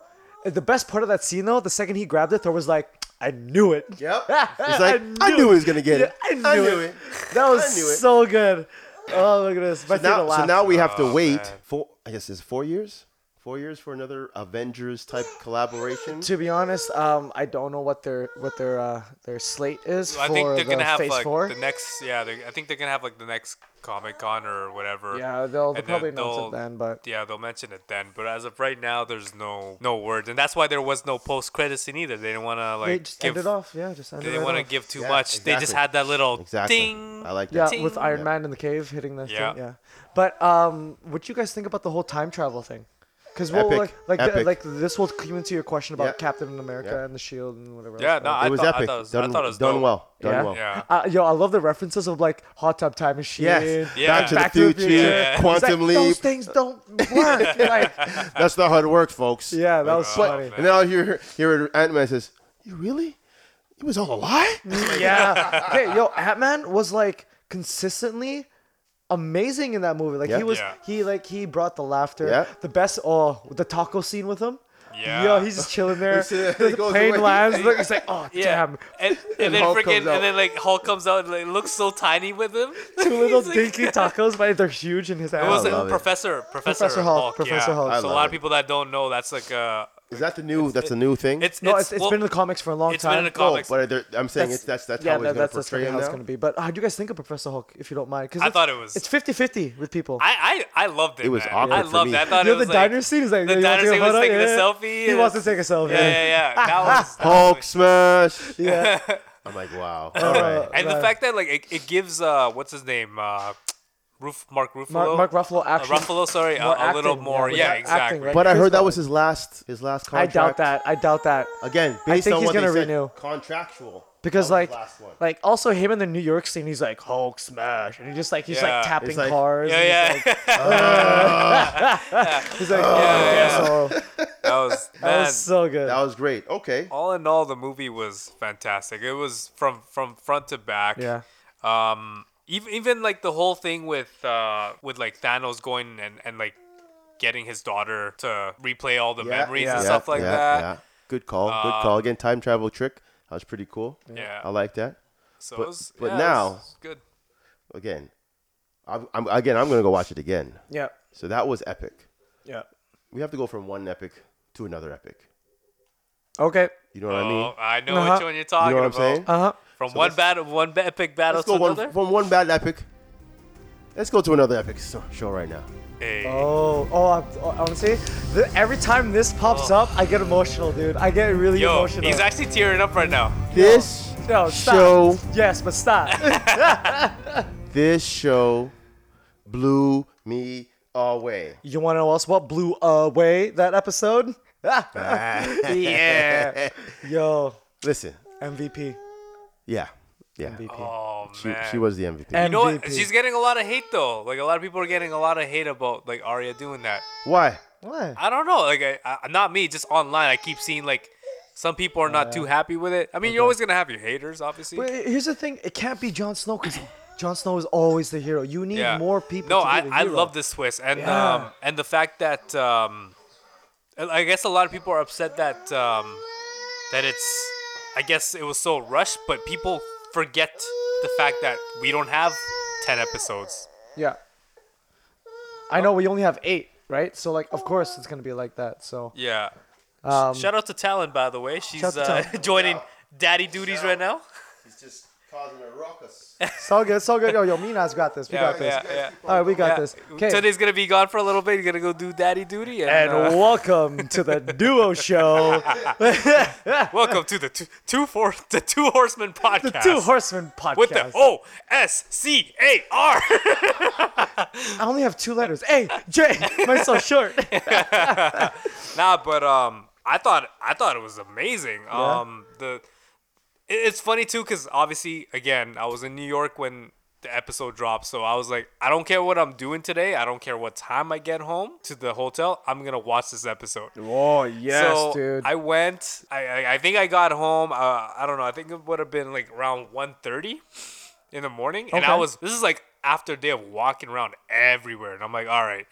S4: the best part of that scene though, the second he grabbed it, Thor was like, "I knew it." (laughs)
S2: Yep. It's like, I knew he was gonna get it.
S4: Yeah, I
S2: I
S4: knew,
S2: knew
S4: it.
S2: it.
S4: That was
S2: I knew it.
S4: so good. Oh my goodness, my theater
S2: now, so
S4: laughed.
S2: now we have to
S3: Oh,
S2: wait for I guess it's four years, four years for another Avengers type collaboration.
S4: to be honest, um, I don't know what their what their uh, their slate is
S3: I
S4: for
S3: think they're
S4: the
S3: gonna have
S4: phase
S3: like
S4: four.
S3: the next. Yeah, they, I think they're gonna have like the next Comic Con or whatever.
S4: yeah, they'll,
S3: and
S4: they'll
S3: then
S4: probably announce
S3: they'll-
S4: it then, but
S3: Yeah, they'll mention it then. But as of right now, there's no no words, and that's why there was no post credit scene either. They didn't want to like
S4: they just
S3: give.
S4: end it off. Yeah, just end
S3: They
S4: it
S3: didn't
S4: right
S3: want to
S4: off.
S3: give too
S2: Yeah,
S3: much. They just
S2: exactly.
S3: had that little
S2: exactly.
S3: ding.
S2: I like
S4: Yeah,
S2: that.
S4: with
S3: Ting.
S4: Iron
S2: Yeah.
S4: Man in the cave hitting the
S3: Yeah.
S4: thing. Yeah. But um, what do you guys think about the whole time travel thing? Because we'll
S2: Epic.
S4: like like,
S2: Epic.
S4: like this will come into your question about
S2: Yeah.
S4: Captain America
S2: Yeah.
S4: and the Shield and whatever.
S3: Yeah,
S4: else.
S3: no,
S2: It
S3: I
S2: was
S3: thought, I
S2: epic.
S3: thought it was,
S2: done
S3: I thought it was
S2: done
S3: dope.
S2: well. Done
S4: Yeah.
S2: well.
S3: Yeah.
S4: Uh, yo, I love the references of like hot tub time machine.
S2: Yes.
S3: Yeah.
S2: Back to
S4: Back to
S2: the
S4: the
S2: future.
S4: Future.
S3: Yeah.
S4: It's like,
S2: Quantum leap.
S4: Those things don't work. like,
S2: That's not how it works, folks.
S4: yeah, that was
S3: oh,
S4: funny.
S3: man.
S2: And then I'll hear hear Ant Man says, "You really? It was all a lie."
S4: yeah. Okay, yo, Ant-Man was like consistently amazing in that movie. Like
S2: Yeah.
S4: he was
S3: Yeah.
S4: he like he brought the laughter.
S2: Yeah.
S4: The best oh the taco scene with him.
S3: Yeah.
S4: Yo, he's just chilling there.
S2: He said-
S4: the
S2: he goes
S4: plane
S2: away.
S4: lands. Look, it's like, oh
S3: Yeah,
S4: damn. (laughs)
S3: and, and then
S2: Hulk
S3: freaking,
S2: comes out.
S3: and then like Hulk comes out and like, looks so tiny with
S4: (laughs)
S3: him.
S4: Two little
S3: He's like-
S4: dinky tacos, but they're huge in his
S3: It was
S4: ass.
S2: I
S3: like
S2: love it.
S3: Professor Professor,
S4: Professor Hulk,
S3: Hulk.
S4: Professor
S3: yeah.
S4: Hulk. I
S3: So a
S2: love
S3: lot
S2: it.
S3: of people that don't know that's like uh,
S2: Is that the new? that's a new thing.
S3: it's
S4: no,
S3: it's,
S4: it's, it's
S3: well,
S4: been in the comics for a long
S3: it's
S4: time.
S3: been in the
S2: oh,
S3: comics.
S2: but they're- I'm saying it's that's that's how he's
S4: that-
S2: going to
S4: that's
S2: portray
S4: how
S2: him
S4: it's
S2: now.
S4: going to be. But uh, how do you guys think of Professor Hulk, if you don't mind? Because
S3: I thought it was-
S4: It's 50 50 with people.
S3: I, I I loved it.
S2: It was
S3: man.
S2: awkward
S3: I
S2: for
S3: loved
S2: me.
S3: that. I thought
S4: you
S3: it
S4: know, the
S3: was like,
S4: diner scene is like,
S3: the
S4: you want to
S3: diner
S4: take
S3: scene
S4: a
S3: was
S4: photo?
S3: taking a
S4: Yeah.
S3: selfie.
S4: He
S3: and-
S4: wants to take a selfie.
S3: Yeah, yeah, yeah.
S4: (laughs)
S3: That
S2: (laughs)
S3: was. that
S2: Hulk
S3: was-
S2: smash.
S3: (laughs)
S4: yeah.
S2: I'm like, wow. All right.
S3: And the
S4: Right.
S3: fact that like it, it gives uh what's his name uh, Roof Mark Ruffalo
S4: Mark, Mark Ruffalo
S3: uh,
S4: action.
S3: Ruffalo sorry a,
S4: more
S3: a little
S4: acting,
S3: more
S4: yeah,
S3: yeah,
S4: like acting,
S3: exactly
S4: right?
S2: But I
S4: Chris
S2: heard that
S4: Rock.
S2: was his last his last
S4: I
S2: contract.
S4: doubt that. I doubt that.
S2: Again,
S4: I
S2: based
S4: think
S2: on
S4: he's
S2: what
S4: gonna
S2: they
S4: renew.
S2: said, contractual.
S4: Because
S2: That was
S4: like,
S2: his last one.
S4: like also him in the New York scene, he's like Hulk smash, and he just like he's
S3: Yeah.
S4: like tapping
S2: It's like-
S4: cars.
S3: yeah
S4: and
S3: yeah
S4: He's like, he's like, oh, yeah,
S3: (laughs) that was
S4: that
S3: man,
S4: was so good.
S2: that was great. Okay.
S3: all in all the movie was fantastic it was from from front to back
S4: yeah,
S3: um even even like the whole thing with uh with like Thanos going and and like getting his daughter to replay all the
S2: Yeah,
S3: memories
S4: yeah.
S3: and
S2: Yeah,
S3: stuff like
S2: yeah,
S3: that Um,
S2: yeah. Good call. Good call. Again, time travel trick. That was pretty cool.
S3: Yeah.
S2: I like that.
S3: so
S2: But-
S3: it was,
S2: but
S3: yeah, it
S2: now-
S3: was good
S2: Again, I'm, I'm again. I'm gonna go watch it again.
S4: yeah,
S2: So that was epic.
S4: yeah.
S2: We have to go from one epic to another epic.
S4: Okay.
S2: You know what I mean?
S3: oh I know
S4: Uh-huh.
S3: which one you're talking
S2: You know what I'm
S3: about
S2: saying?
S4: Uh huh.
S3: from one
S2: let's-
S3: battle one ba- epic battle
S2: Let's
S3: to
S2: go one,
S3: another
S2: from one bad epic. Let's go to another epic so- show right now.
S3: Hey.
S4: Oh, oh, I'm, oh, honestly, the, every time this pops up, I get emotional, dude. I get really
S3: Oh. Yo,
S4: emotional.
S3: he's actually tearing up right
S2: (laughs)
S3: now.
S2: This
S4: no, stop.
S2: show,
S4: Yes, but stop.
S3: (laughs)
S2: this show, blew me
S4: (laughs)
S2: away. (laughs)
S4: You want to know else what blew away that (laughs) episode? yeah. Yo,
S2: Listen,
S4: MVP.
S2: yeah, yeah.
S4: MVP.
S3: Oh
S2: She,
S3: man.
S2: she was the MVP.
S4: And-
S3: You know what?
S4: MVP.
S3: She's getting a lot of hate though. Like a lot of people are getting a lot of hate about like Arya doing that.
S2: Why?
S4: What?
S3: I don't know. Like I, I, not me, just online. I keep seeing like Some people are not too happy with it. I mean, you're always gonna have your haters, obviously.
S4: But here's the thing: it can't be Jon
S3: (sighs)
S4: Snow because Jon Snow is always the hero. You need
S3: yeah.
S4: more people.
S3: No,
S4: to be
S3: I,
S4: the
S3: I
S4: hero.
S3: love this twist, and
S4: Yeah.
S3: um, and the fact that um, and I guess a lot of people are upset that um, that it's I guess it was so rushed, but people forget the fact that we don't have ten episodes.
S4: Yeah. I know we only have eight, right? So like, of course it's gonna be like that. So
S3: Yeah.
S4: um,
S3: Shout out to Talon, by the way. She's
S4: Shout out to
S3: uh, (laughs)
S4: Talon.
S3: joining daddy duties right now.
S2: He's just causing a (laughs) ruckus.
S4: it's all good. It's all good. Yo, yo, Mina's got this. We
S3: Yeah,
S4: got this.
S3: yeah, yeah.
S4: All right, we got
S3: yeah.
S4: this. Okay.
S3: Today's gonna be gone for a little bit. He's gonna go do daddy duty, and,
S4: And
S3: uh,
S4: welcome to
S3: (laughs)
S4: the duo show,
S3: welcome to the two, two for the two horsemen podcast.
S4: (laughs) the Two Horsemen podcast.
S3: with the oh. O S C A R. (laughs)
S4: I only have two letters. A J. (laughs) Mine's so short.
S3: Nah, but um, I thought I thought it was amazing. Um, the it- it's funny too because obviously again I was in New York when the episode dropped, so I was like, I don't care what I'm doing today. I don't care what time I get home to the hotel. I'm gonna watch this episode.
S4: Oh yes,
S3: (laughs) so
S4: dude.
S3: I went. I, I I think I got home. Uh, I don't know. I think it would have been like around 1.30 in the morning, and I
S4: Okay.
S3: was. This is like after a day of walking around everywhere, and I'm like, all right,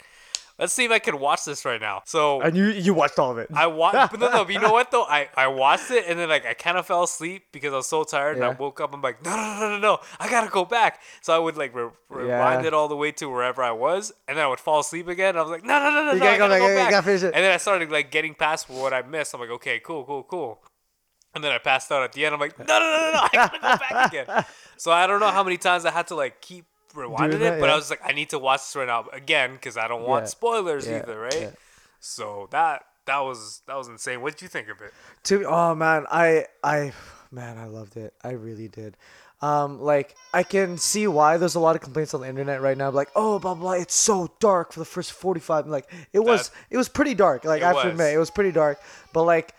S3: let's see if I can watch this right now. So
S4: and you you watched all of it.
S3: I watched. no, no. but You know what though? I I watched it, and then like I kind of fell asleep because I was so tired, and
S4: Yeah.
S3: I woke up. I'm like, no, no, no, no, no. I gotta go back. So I would like re- rewind
S4: Yeah.
S3: it all the way to wherever I was, and then I would fall asleep again. and I was like, no, no, no, no,
S4: You
S3: no. I
S4: gotta go
S3: gotta
S4: back,
S3: go
S4: you
S3: back.
S4: gotta finish it.
S3: And then I started like getting past what I missed. I'm like, okay, cool, cool, cool. And then I passed out at the end. I'm like, no, no, no, no, no. I gotta go back
S4: (laughs)
S3: again. So I don't know how many times I had to like keep rewinding
S4: that,
S3: it, but
S4: yeah.
S3: I was like, I need to watch this right now again because I don't want
S4: Yeah.
S3: spoilers
S4: Yeah.
S3: either, right?
S4: Yeah.
S3: So that that was that was insane. What did you think of it?
S4: to oh man i i man i loved it i really did um like i can see why there's a lot of complaints on the internet right now like oh blah blah it's so dark for the first 45 like it was
S3: That-
S4: it was pretty dark like
S3: It
S4: i have to
S3: was.
S4: admit it was pretty dark but like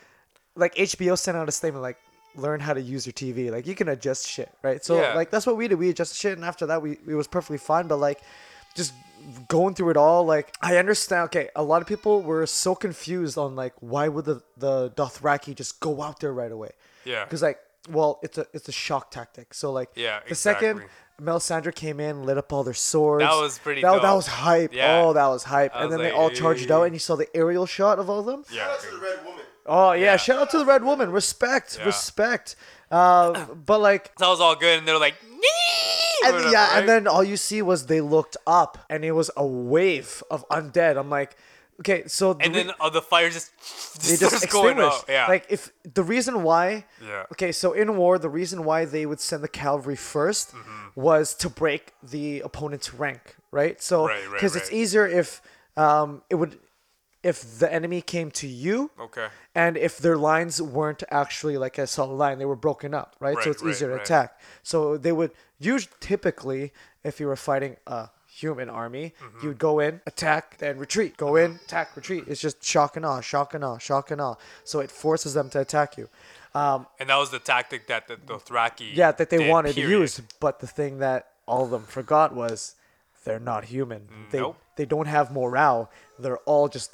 S4: like hbo sent out a statement like learn how to use your tv like you can adjust shit right so
S3: Yeah.
S4: like that's what we did we adjusted shit and after that we it was perfectly fine but like just going through it all like i understand okay a lot of people were so confused on like why would the the dothraki just go out there right away
S3: Yeah.
S4: because like well it's a it's a shock tactic so like
S3: Yeah,
S4: the second
S3: exactly.
S4: melisandre came in lit up all their swords
S3: That was pretty
S4: that, that
S3: dope.
S4: was hype
S3: Yeah.
S4: oh that was hype and
S3: was
S4: then they
S3: like,
S4: all charged out
S3: "Eeeeh."
S4: and you saw the aerial shot of all of them
S3: Yeah.
S2: the red woman.
S4: oh yeah, shout out to the red woman respect
S3: Yeah.
S4: respect uh, but like
S3: That was all good, and they're like, "Nee!"
S4: and,
S3: Whatever,
S4: yeah,
S3: right?
S4: and then all you see was they looked up, and it was a wave of undead. I'm like, okay, so the
S3: and (laughs)
S4: re-
S3: then all the fire just
S4: they
S3: just,
S4: just
S3: starts going
S4: extinguished.
S3: up. Yeah,
S4: Like if the reason why,
S3: Yeah.
S4: okay, so in war, the reason why they would send the cavalry 1st
S3: Mm-hmm.
S4: was to break the opponent's rank, right? So
S3: Right, right,
S4: it's
S3: right.
S4: easier if um it would if the enemy came to you,
S3: okay,
S4: and if their lines weren't actually like a solid line, they were broken up, right?
S3: Right,
S4: so it's
S3: right,
S4: easier to
S3: right.
S4: attack. So they would usually typically, if you were fighting a human army,
S3: Mm-hmm.
S4: you would go in, attack, then retreat. Go
S3: Uh-huh.
S4: in, attack, retreat. It's just shock and awe, shock and awe, shock and awe. So it forces them to attack you.
S3: and that was the tactic that the Dothraki
S4: Yeah, that they
S3: did,
S4: wanted
S3: period.
S4: to use, but the thing that all of them forgot was they're not human. They
S3: Nope.
S4: they don't have morale. They're all just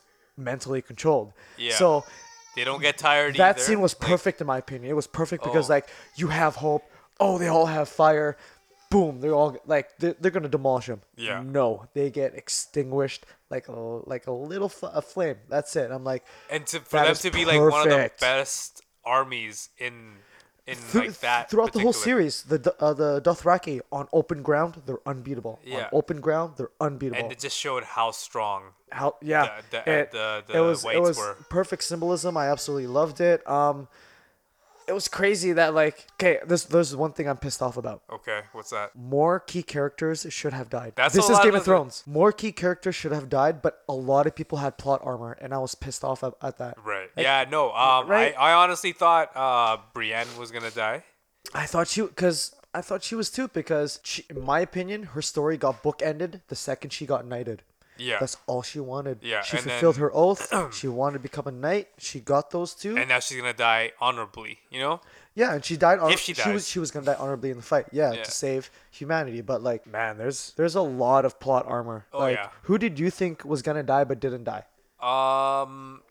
S4: mentally controlled.
S3: Yeah.
S4: So
S3: They don't get tired.
S4: that
S3: either.
S4: scene was
S3: Like,
S4: perfect in my opinion. It was perfect because
S3: Oh.
S4: like you have hope. Oh, they all have fire. Boom! They're all like they're, they're gonna demolish them.
S3: Yeah.
S4: No, they get extinguished like a like a little fl- a flame. That's it. I'm like
S3: and to, for
S4: that
S3: them
S4: is
S3: to be like one of the
S4: perfect.
S3: best armies in in
S4: Thro-
S3: like that
S4: throughout the whole
S3: particular-
S4: series, the Do- uh, the Dothraki on open ground they're unbeatable. On
S3: Yeah.
S4: open ground they're unbeatable.
S3: and it just showed how strong.
S4: How yeah,
S3: The- the-
S4: it,
S3: the-
S4: it
S3: the
S4: was it
S3: weights
S4: was
S3: were-
S4: perfect symbolism. I absolutely loved it. Um, it was crazy that like okay, this there's one thing I'm pissed off about.
S3: Okay, what's that?
S4: More key characters should have died.
S3: That's
S4: this
S3: a
S4: is
S3: lot
S4: Game
S3: of
S4: of
S3: the-
S4: Thrones. More key characters should have died, but a lot of people had plot armor, and I was pissed off at, at that.
S3: Right. Yeah. No. Um.
S4: right?
S3: I, I honestly thought uh Brienne was gonna die.
S4: I thought she because I thought she was too because she, in my opinion, her story got bookended the second she got knighted.
S3: Yeah.
S4: That's all she wanted.
S3: Yeah,
S4: She
S3: and
S4: fulfilled
S3: then-
S4: her
S3: (clears throat)
S4: oath. she wanted to become a knight. She got those two.
S3: and now she's gonna die honorably. You know.
S4: Yeah, and she died. Honor-
S3: If she
S4: she,
S3: dies.
S4: was she was gonna die honorably in the fight. Yeah,
S3: Yeah.
S4: to save humanity. But like, man, there's there's a lot of plot armor. Oh like,
S3: yeah.
S4: Who did you think was gonna die but didn't die?
S3: Um,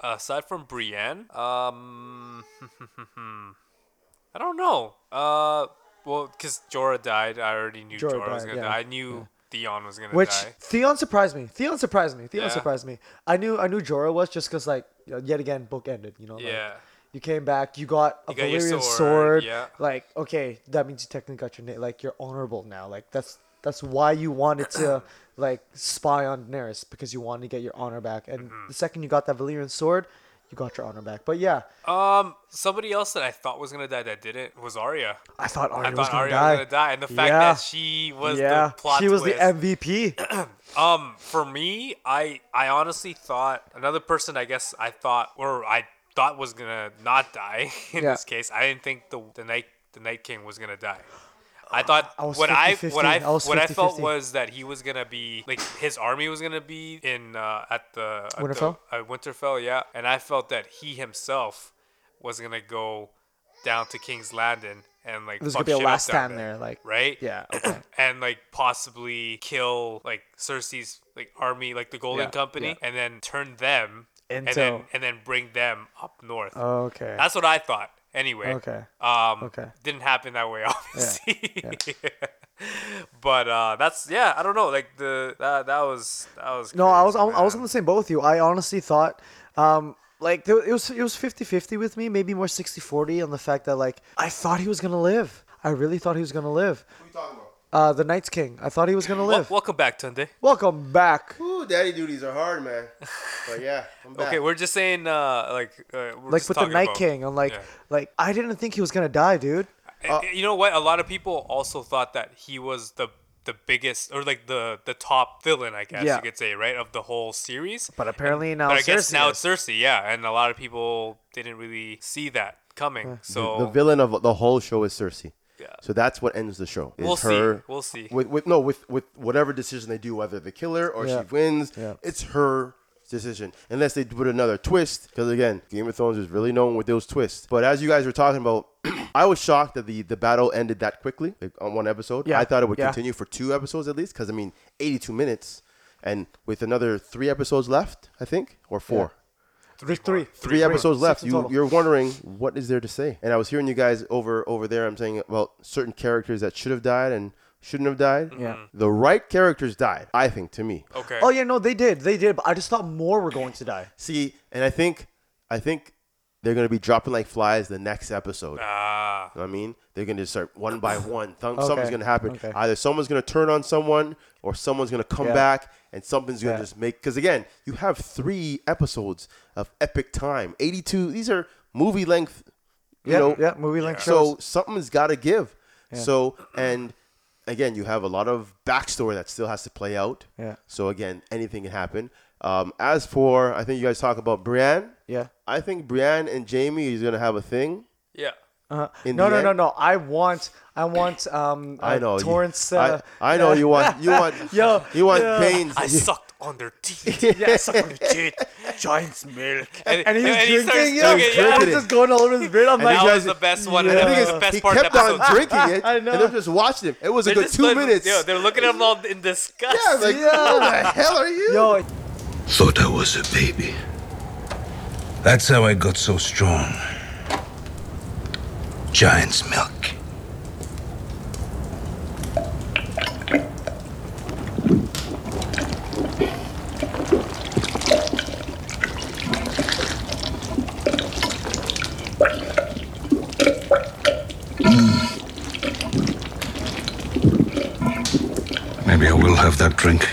S3: aside from Brienne, um, (laughs) I don't know. Uh, well, because Jorah died, I already knew
S4: Jorah
S3: Jorah, was
S4: died,
S3: gonna
S4: yeah,
S3: die. I knew Theon was gonna
S4: Which
S3: die.
S4: Theon surprised me. Theon surprised me. Theon
S3: Yeah.
S4: surprised me. I knew I knew Jorah was just because like you know, yet again book ended. You know. like,
S3: Yeah.
S4: you came back. You got a
S3: You got your
S4: Valyrian sword.
S3: sword, yeah.
S4: Like okay, that means you technically got your na- like you're honorable now. Like that's that's why you
S3: (clears throat)
S4: wanted to like spy on Daenerys because you wanted to get your honor back. And
S3: Mm-hmm.
S4: the second you got that Valyrian sword, you got your honor back. But yeah,
S3: Um, somebody else that I thought was gonna die that didn't was Arya.
S4: I thought Arya
S3: I
S4: was
S3: thought
S4: gonna
S3: Arya
S4: die.
S3: was gonna die, and the fact
S4: Yeah.
S3: that she was
S4: yeah,
S3: the plot
S4: she was
S3: twist.
S4: the MVP.
S3: Um, for me, I I honestly thought another person. I guess I thought, or I thought was gonna not die (laughs) in
S4: Yeah.
S3: this case. I didn't think the the night the Night King was gonna die. I thought
S4: I was
S3: what I
S4: 50-50.
S3: what I,
S4: I was
S3: what I felt
S4: 50-50.
S3: was that he was gonna be like his army was gonna be in uh, at the at
S4: Winterfell?
S3: The, uh, Winterfell, yeah. And I felt that he himself was gonna go down to King's Landing and like
S4: There's
S3: fuck
S4: gonna be a
S3: shit up
S4: last
S3: down
S4: stand there, like
S3: right? (clears throat)
S4: yeah. Okay.
S3: and like possibly kill like Cersei's like army, like the Golden
S4: Yeah,
S3: Company,
S4: yeah.
S3: and then turn them and
S4: Into- Oh,
S3: then and then bring them up north.
S4: okay.
S3: That's what I thought. Anyway,
S4: Okay.
S3: um,
S4: Okay.
S3: didn't happen that way, (laughs) obviously. (laughs) but uh, that's yeah. I don't know. Like the that, that was that was
S4: No, I was
S3: crazy,
S4: I, was- I was
S3: man.
S4: on the same boat with you. I honestly thought um like there, it was it was 50-50 with me, maybe more 60-40 on the fact that like I thought he was going to live. I really thought he was going to live.
S2: Who you talking about?
S4: Uh the Night's King. I thought he was going to
S3: Wel-
S4: live.
S3: welcome back, Tunde.
S4: Welcome back.
S2: Ooh, daddy duties are hard, (laughs) man. But yeah, I'm back.
S3: Okay, we're just saying uh, like uh, we're
S4: Like
S3: just
S4: with the
S3: talking
S4: Night
S3: about-
S4: King, I'm like
S3: Yeah.
S4: like I didn't think he was going to die, dude.
S3: Uh, you know what? A lot of people also thought that he was the the biggest or like the the top villain, I guess
S4: Yeah.
S3: you could say, right, of the whole series.
S4: But apparently now
S3: But I guess
S4: Cersei
S3: now
S4: is.
S3: it's Cersei, yeah, and a lot of people didn't really see that coming. So
S2: the villain of the whole show is Cersei.
S3: Yeah.
S2: So that's what ends the show. is
S3: We'll see.
S2: her-
S3: We'll see.
S2: With, with no, with with whatever decision they do, whether they kill her or
S4: Yeah.
S2: she wins,
S4: Yeah.
S2: it's her decision. Unless they put another twist, because again, Game of Thrones is really known with those twists. But as you guys were talking about, (clears throat) I was shocked that the the battle ended that quickly like, on one episode.
S4: Yeah.
S2: I thought it would
S4: Yeah.
S2: continue for two episodes at least, because I mean, 82 minutes, and with another three episodes left, I think, or four
S4: There's three.
S2: three episodes left.
S4: Six in
S2: You,
S4: total.
S2: you're wondering what is there to say. And I was hearing you guys over over there. I'm saying about certain characters that should have died and shouldn't have died.
S4: Yeah. Mhm.
S2: the right characters died. I think to me.
S3: okay.
S4: Oh yeah, no, they did. They did, but I just thought more were going to die.
S2: See, and I think I think they're gonna be dropping like flies the next episode.
S3: Ah,
S2: You know what I mean, they're gonna just start one by one. Th- Something's gonna happen.
S4: okay.
S2: Either someone's gonna turn on someone, or someone's gonna come
S4: Yeah.
S2: back, and something's gonna
S4: Yeah.
S2: just make. Because again, you have three episodes of epic time. Eighty-two. These are movie length. You
S4: Yeah,
S2: know,
S4: yeah, movie link shows.
S2: So something's got to give. So and again, you have a lot of backstory that still has to play out.
S4: Yeah.
S2: So again, anything can happen. Um, as for I think you guys talk about Brienne.
S4: Yeah.
S2: I think Brienne and Jamie is gonna have a thing.
S3: yeah.
S2: In the
S4: no, no,
S2: end.
S4: no, no. I want, I want, um,
S2: I
S4: uh,
S2: know. you-
S4: Torrance.
S2: I-
S4: Uh,
S2: I, know you
S4: (laughs)
S2: want. You want.
S4: Yo,
S2: (laughs) You want
S4: yeah.
S2: pains.
S3: I sucked on
S4: (laughs)
S3: their teeth. yeah,
S2: (laughs)
S3: I sucked on their teeth. Giant's milk. (laughs) And,
S4: and he was
S3: starts
S4: drinking, yeah,
S3: drinking,
S2: he
S4: I
S2: drinking
S4: was
S2: it.
S4: just going all over his beard. I'm
S2: And
S4: like,
S3: That
S2: he
S3: was
S2: does
S3: the
S2: it.
S3: best one.
S2: The
S3: That
S2: thing
S3: was
S2: is,
S3: the best
S2: he
S3: part. of
S2: kept on
S3: episode two. (laughs)
S2: drinking it,
S4: I
S2: and
S4: know.
S2: I'm just watching him. It was a
S3: They're
S2: good
S3: just
S2: two
S3: like-
S2: minutes.
S3: Yo, they're looking at him all in disgust.
S2: yeah, like, who the hell are
S3: (laughs)
S2: you?
S4: yo,
S7: Thought I was a baby. That's how I got so strong. Giant's milk. Maybe I will have that drink.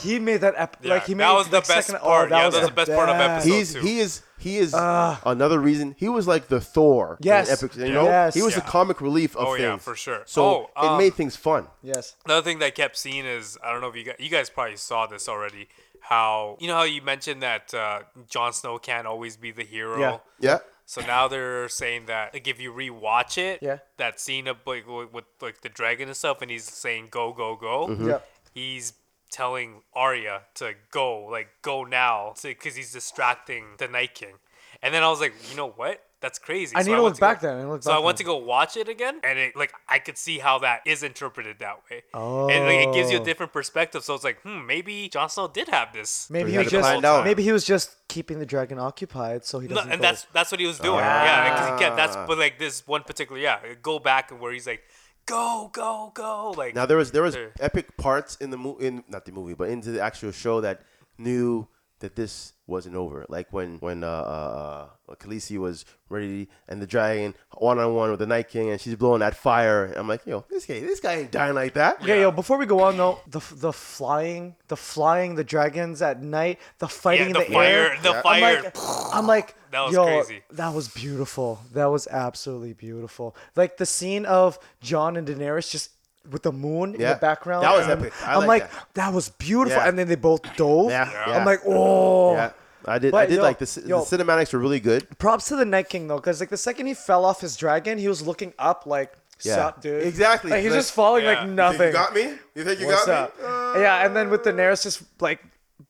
S4: he made that ep-
S3: Yeah,
S4: like he made
S3: that was the
S4: like,
S3: best
S4: second,
S3: part.
S4: Oh, that
S3: Yeah,
S4: was
S3: that was the best part of episode
S2: He's
S3: too.
S2: he is he is another reason he was like the Thor. in
S4: Ah. Yes.
S2: epic, you know
S4: Yes.
S2: he was
S4: Yeah.
S2: the comic relief of
S3: Oh,
S2: things.
S3: yeah, for sure.
S2: So
S3: Oh, um,
S2: it made things fun.
S4: Yes.
S3: Another thing that I kept seeing is I don't know if you guys, you guys probably saw this already. How you know how you mentioned that uh, Jon Snow can't always be the hero.
S4: Yeah.
S2: Yeah,
S3: So now they're saying that like if you rewatch it,
S4: Yeah.
S3: that scene of like with, with like the dragon and stuff, and he's saying go go go.
S4: Yeah.
S3: He's telling Arya to go like go now because he's distracting the Night King. And then I was like, you know what? That's crazy.
S4: I need to
S3: went
S4: look back
S3: go-
S4: then, I look
S3: so I
S4: back
S3: went
S4: then.
S3: to go watch it again, and it like I could see how that is interpreted that way. Oh. And like, it gives you a
S4: Oh.
S3: different perspective. So it's like, hmm, maybe Jon Snow did have this.
S4: Maybe
S2: We
S4: he
S2: had
S4: was
S2: to
S4: just
S2: find out.
S4: maybe he was just keeping the dragon occupied so he
S3: No,
S4: doesn't. Ah.
S3: and
S4: go.
S3: that's that's what he was doing. Yeah, because he kept that's but like this one particular yeah, go back and where he's like, go go go like
S2: Now there was there was
S3: Sure.
S2: epic parts in the movie, in not the movie, but into the actual show that knew that this wasn't over. Like when when uh, uh, uh, Khaleesi was ready and the dragon one on one with the Night King, and she's blowing that fire. I'm like, yo, this guy, this guy ain't dying like that.
S4: Okay, yo. Before we go on though, the the flying, the flying, the dragons at night, the fighting
S3: yeah,
S4: in
S3: the,
S4: the,
S3: fire
S4: air.
S3: the
S4: I'm
S3: fire.
S4: like, I'm like,
S3: (laughs) That was
S4: yo,
S3: crazy.
S4: that was beautiful. That was absolutely beautiful. Like the scene of John and Daenerys just with the moon in
S2: Yeah.
S4: the background.
S2: That was
S4: and-
S2: epic. I
S4: I'm
S2: like
S4: like, that. was beautiful.
S2: Yeah.
S4: And then they both dove.
S2: Yeah, Yeah.
S4: I'm like, oh.
S2: Yeah, I did. I
S4: But
S2: did
S4: yo,
S2: like the, c-
S4: yo.
S2: the cinematics were really good.
S4: Props to the Night King though, because like the second he fell off his dragon, he was looking up like,
S2: Yeah.
S4: sup, dude.
S2: Exactly.
S4: Like, he's
S2: Like,
S4: just falling
S3: yeah.
S4: like nothing.
S2: me? You think you
S4: What's up? yeah, and then with Daenerys just like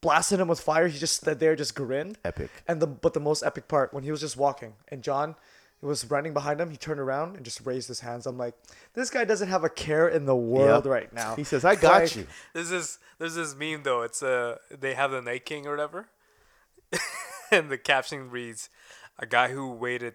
S4: blasting him with fire, he just stood there, just grinned.
S2: Epic.
S4: And the but the most epic part when he was just walking and John was running behind him, he turned around and just raised his hands. I'm like, this guy doesn't have a care in the world right now.
S2: He says, "I got
S4: Like,
S2: you."
S3: There's this there's this meme though. It's uh they have the Night King or whatever, (laughs) and the caption reads, "A guy who waited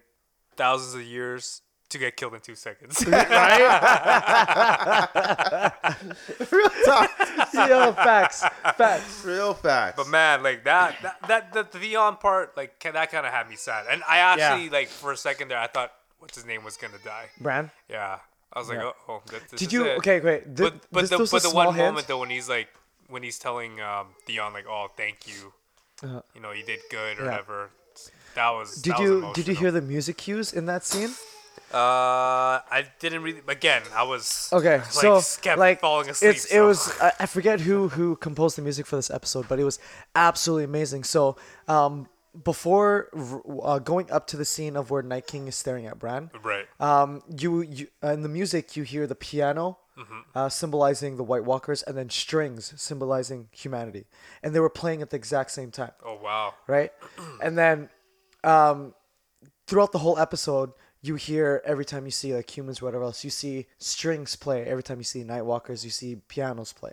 S3: thousands of years to get killed in two
S4: (laughs)
S3: seconds."
S4: (laughs)
S3: (laughs)
S4: Yo, facts, facts.
S2: Real facts.
S3: but man, like that that that the Theon part, like ca- that kind of had me sad. And I actually
S4: Yeah.
S3: like for a second there, I thought what's his name was gonna die.
S4: Bran,
S3: Yeah, I was like, oh, that, this
S4: Did
S3: is
S4: you-
S3: it."
S4: okay, wait, thi-
S3: but but
S4: this-
S3: the
S4: those are
S3: but the
S4: small
S3: one
S4: hints?
S3: moment though when he's like when he's telling um, Theon like, oh, thank you, you know, you did good or
S4: Uh-huh. Yeah.
S3: whatever. That was.
S4: did
S3: that was
S4: you did you
S3: emotional.
S4: hear the music cues in that scene?
S3: Uh, I didn't really. Again, I was
S4: Okay,
S3: Like,
S4: so
S3: kept
S4: like
S3: falling asleep.
S4: it's it
S3: so-
S4: was
S3: (laughs)
S4: I, I forget who who composed the music for this episode, but it was absolutely amazing. So um before r- uh, going up to the scene of where Night King is staring at Bran,
S3: right.
S4: um you you uh, in the music you hear the piano.
S3: Mm-hmm.
S4: Uh, symbolizing the White Walkers, and then strings symbolizing humanity, and they were playing at the exact same time
S3: oh wow.
S4: right? and then um, throughout the whole episode, you hear every time you see like humans, or whatever else, you see strings play. Every time you see Nightwalkers, you see pianos play,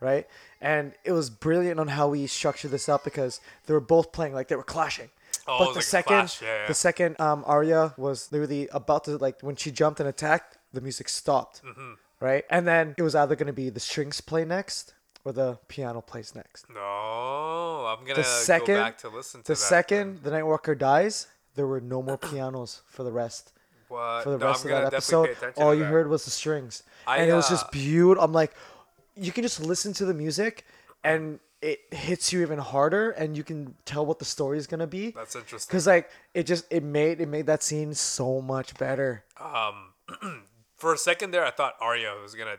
S4: right? And it was brilliant on how we structured this up because they were both playing like they were clashing.
S3: Oh, it was
S4: but the
S3: like a
S4: second,
S3: clash, yeah, yeah.
S4: the second um, Arya was literally about to like when she jumped and attacked, the music stopped,
S3: Mm-hmm.
S4: right? And then it was either going to be the strings play next or the piano plays next
S3: No, I'm gonna
S4: the second
S3: go back to listen to
S4: the
S3: that.
S4: second the Nightwalker dies, there were no more pianos for the rest
S3: What?
S4: for the
S3: Uh, No,
S4: rest
S3: I'm
S4: of
S3: gonna
S4: that
S3: definitely pay
S4: episode.
S3: attention
S4: All
S3: to
S4: you
S3: that.
S4: heard was the strings,
S3: I,
S4: and it was
S3: uh,
S4: just beautiful. I'm like, you can just listen to the music, and it hits you even harder, and you can tell what the story is gonna be.
S3: That's interesting.
S4: Because like it just it made it made that scene so much better.
S3: for a second there, I thought Arya was gonna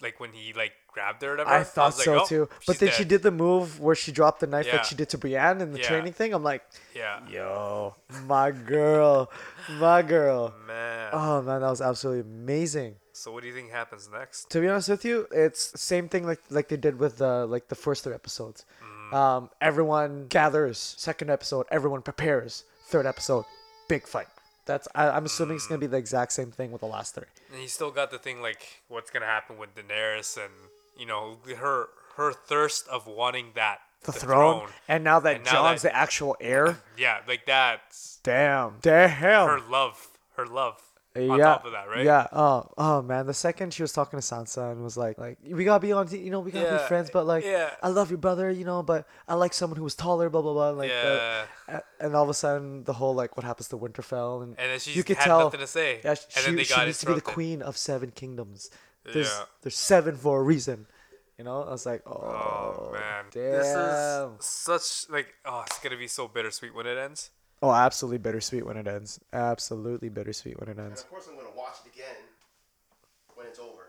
S3: like when he like grabbed her. Or whatever,
S4: I thought
S3: was like,
S4: so
S3: "Oh,
S4: too.
S3: she's
S4: But then
S3: dead."
S4: she did the move where she dropped the knife
S3: Yeah.
S4: like she did to Brienne in the
S3: Yeah.
S4: training thing. I'm like,
S3: Yeah.
S4: yo, my girl, my girl.
S3: Man.
S4: Oh man, that was absolutely amazing.
S3: so what do you think happens next?
S4: To be honest with you, it's same thing like like they did with the like the first three episodes.
S3: Mm.
S4: Um, everyone gathers. Second episode, everyone prepares. Third episode, big fight. That's I, I'm assuming it's gonna be the
S3: Mm.
S4: exact same thing with the last three.
S3: And you still got the thing like what's gonna happen with Daenerys and you know her her thirst of wanting that
S4: The, throne. and now that
S3: And now
S4: John's
S3: that-
S4: the actual heir,
S3: yeah, like that's
S4: damn,
S3: her
S4: damn.
S3: love, her love.
S4: yeah,
S3: On top of that, right?
S4: Yeah. Oh, oh man. The second she was talking to Sansa and was like, like we gotta be on, t- you know, we gotta
S3: Yeah,
S4: be friends, but like,
S3: yeah.
S4: I love your brother, you know, but I like someone who was taller, blah blah blah. Like, uh,
S3: Yeah.
S4: A- and all of a sudden the whole like what happens to Winterfell and,
S3: And then she
S4: you could
S3: had
S4: tell
S3: nothing to say.
S4: Yeah, she,
S3: And then they
S4: she
S3: got
S4: needs to be the
S3: interrupted.
S4: queen of seven kingdoms. There's
S3: Yeah.
S4: there's seven for a reason. You know, I was like, oh,
S3: Oh man,
S4: damn.
S3: this is such like oh, it's gonna be so bittersweet when it ends.
S4: oh, absolutely bittersweet when it ends. Absolutely bittersweet when it ends.
S2: of course, I'm gonna watch it again when it's over.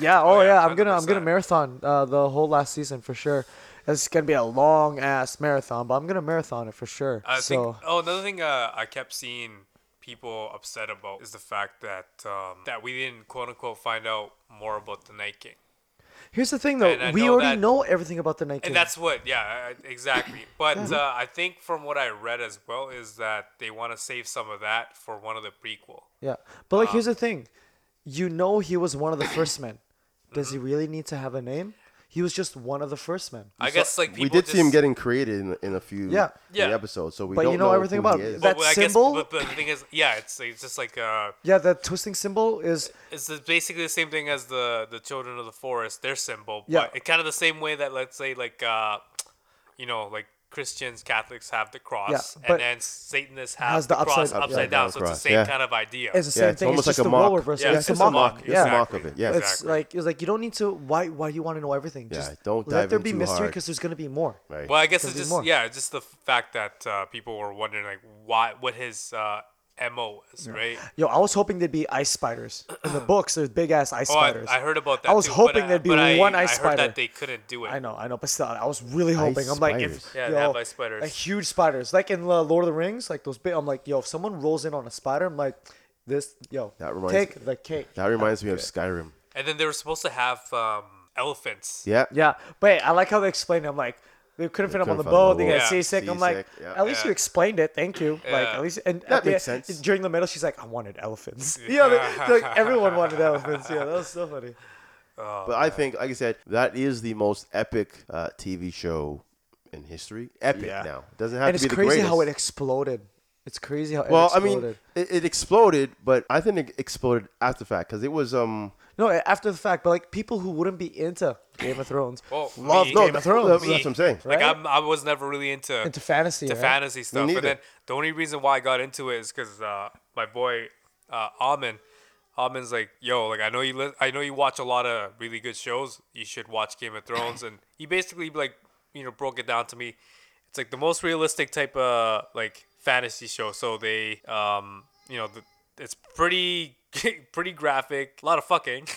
S4: Yeah, oh,
S3: yeah,
S4: yeah, I'm gonna I'm
S3: 100%.
S4: gonna marathon uh, the whole last season for sure. It's gonna be a long ass marathon, but I'm gonna marathon it for sure.
S3: I
S4: so
S3: think. Oh, another thing uh, I kept seeing people upset about is the fact that um, that we didn't quote unquote find out more about the Night King.
S4: Here's the thing, though.
S3: And I
S4: We
S3: know
S4: already
S3: that-
S4: know everything about the Night King.
S3: And that's what, yeah, I- I- exactly. But uh, I think from what I read as well is that they want to save some of that for one of the prequel.
S4: yeah. But like,
S3: um,
S4: here's the thing. You know, he was one
S3: (coughs)
S4: of the first men. Does
S3: Mm-hmm.
S4: he really need to have a name? He was just one of the first men.
S3: I guess like people
S2: we did
S3: just,
S2: see him getting created in, in a few
S4: Yeah.
S3: Yeah.
S2: episodes, so we
S4: But you
S2: don't
S4: know everything
S2: who
S4: about
S2: he
S4: it.
S2: is.
S4: That
S3: I
S4: symbol-
S3: Guess, but, but the thing is, yeah, it's it's just like uh,
S4: Yeah, that twisting symbol is
S3: it's the- basically the same thing as the the children of the forest, their symbol.
S4: Yeah.
S3: But it kind of the same way that let's say like uh, you know like Christians, Catholics have the cross,
S4: but
S3: and then Satanists have
S4: has
S3: the,
S4: the
S3: cross upside,
S4: upside- upside
S3: down.
S2: down
S3: So it's the
S2: cross,
S3: same
S2: yeah.
S3: kind of idea.
S4: it's the
S2: Yeah,
S4: same
S2: it's
S4: thing.
S2: almost like
S4: just
S2: a
S4: the role
S2: mock.
S4: reversal.
S3: Yeah,
S4: it's,
S3: it's
S4: a
S3: just a
S4: mock.
S3: mock.
S2: It's
S4: Yeah.
S2: a mock of it. Yeah.
S4: It's
S3: Exactly.
S4: like it's like you don't need to. Why why do you want to know everything?
S2: Yeah,
S4: Just
S2: don't
S4: let
S2: dive
S4: there
S2: in
S4: be
S2: too
S4: mystery
S2: hard.
S4: because there's gonna be more.
S2: Right.
S3: Well, I guess
S4: Could
S3: it's
S4: be
S3: just
S4: more.
S3: yeah, just the fact that uh, people were wondering like why what his uh, mo was,
S4: (laughs)
S3: right?
S4: Yo, I was hoping there'd be ice spiders
S3: (clears throat)
S4: in the books. There's big ass ice
S3: Oh, I,
S4: spiders.
S3: I heard about that.
S4: I was
S3: too,
S4: hoping
S3: but
S4: there'd be
S3: but
S4: one
S3: I,
S4: ice
S3: I heard
S4: spider.
S3: that they couldn't do it.
S4: I know, I know, but still, I was really hoping. I'm like, if,
S2: spiders.
S3: Yeah, they
S4: yo,
S3: have ice spiders.
S4: like huge spiders, like in uh, Lord of the Rings, like those big. I'm like, yo, if someone rolls in on a spider, I'm like, this, yo,
S2: That reminds-
S4: take the cake.
S2: That reminds me of Skyrim.
S3: And then they were supposed to have um, elephants.
S2: Yeah.
S4: Yeah, but I like how they explained. it. I'm like, they couldn't fit them on
S2: couldn't
S4: the
S2: fit 'em on
S4: boat.
S2: the
S4: They got
S3: boat.
S4: seasick. I'm like,
S2: Seasick, yeah.
S4: at least you
S3: Yeah.
S4: explained it. Thank you. Like,
S3: Yeah.
S4: at least and
S2: That
S4: at the
S2: makes
S4: end-
S2: sense.
S4: During the middle, she's like, I wanted elephants. (laughs) Yeah, they, like everyone wanted elephants. Yeah, that was so funny.
S2: But I think, like I said, that is the most epic uh, TV show in history. Epic
S4: Yeah.
S2: now. Doesn't have
S4: And
S2: to
S4: it's
S2: be the
S4: crazy
S2: greatest.
S4: how it exploded. It's crazy how
S2: well,
S4: it
S2: I
S4: exploded.
S2: mean, it, it exploded, but I think it exploded after the fact because it was um.
S4: No, after the fact, but like people who wouldn't be into Game of Thrones
S3: (laughs) Oh,
S4: love
S3: me.
S2: No,
S4: Game of
S2: that-
S4: Thrones.
S2: that's what I'm saying.
S4: Right?
S3: Like I'm, I was never really into
S4: Into fantasy,
S3: to
S4: right?
S3: fantasy stuff.
S2: neither.
S3: And then the only reason why I got into it is because uh, my boy uh, Amin, Amin's like, yo, like I know you, li- I know you watch a lot of really good shows. You should watch Game of Thrones, and he basically like, you know, broke it down to me. It's like the most realistic type of like fantasy show. So they, um, you know, the, it's pretty, (laughs) pretty graphic. A lot of fucking. (laughs)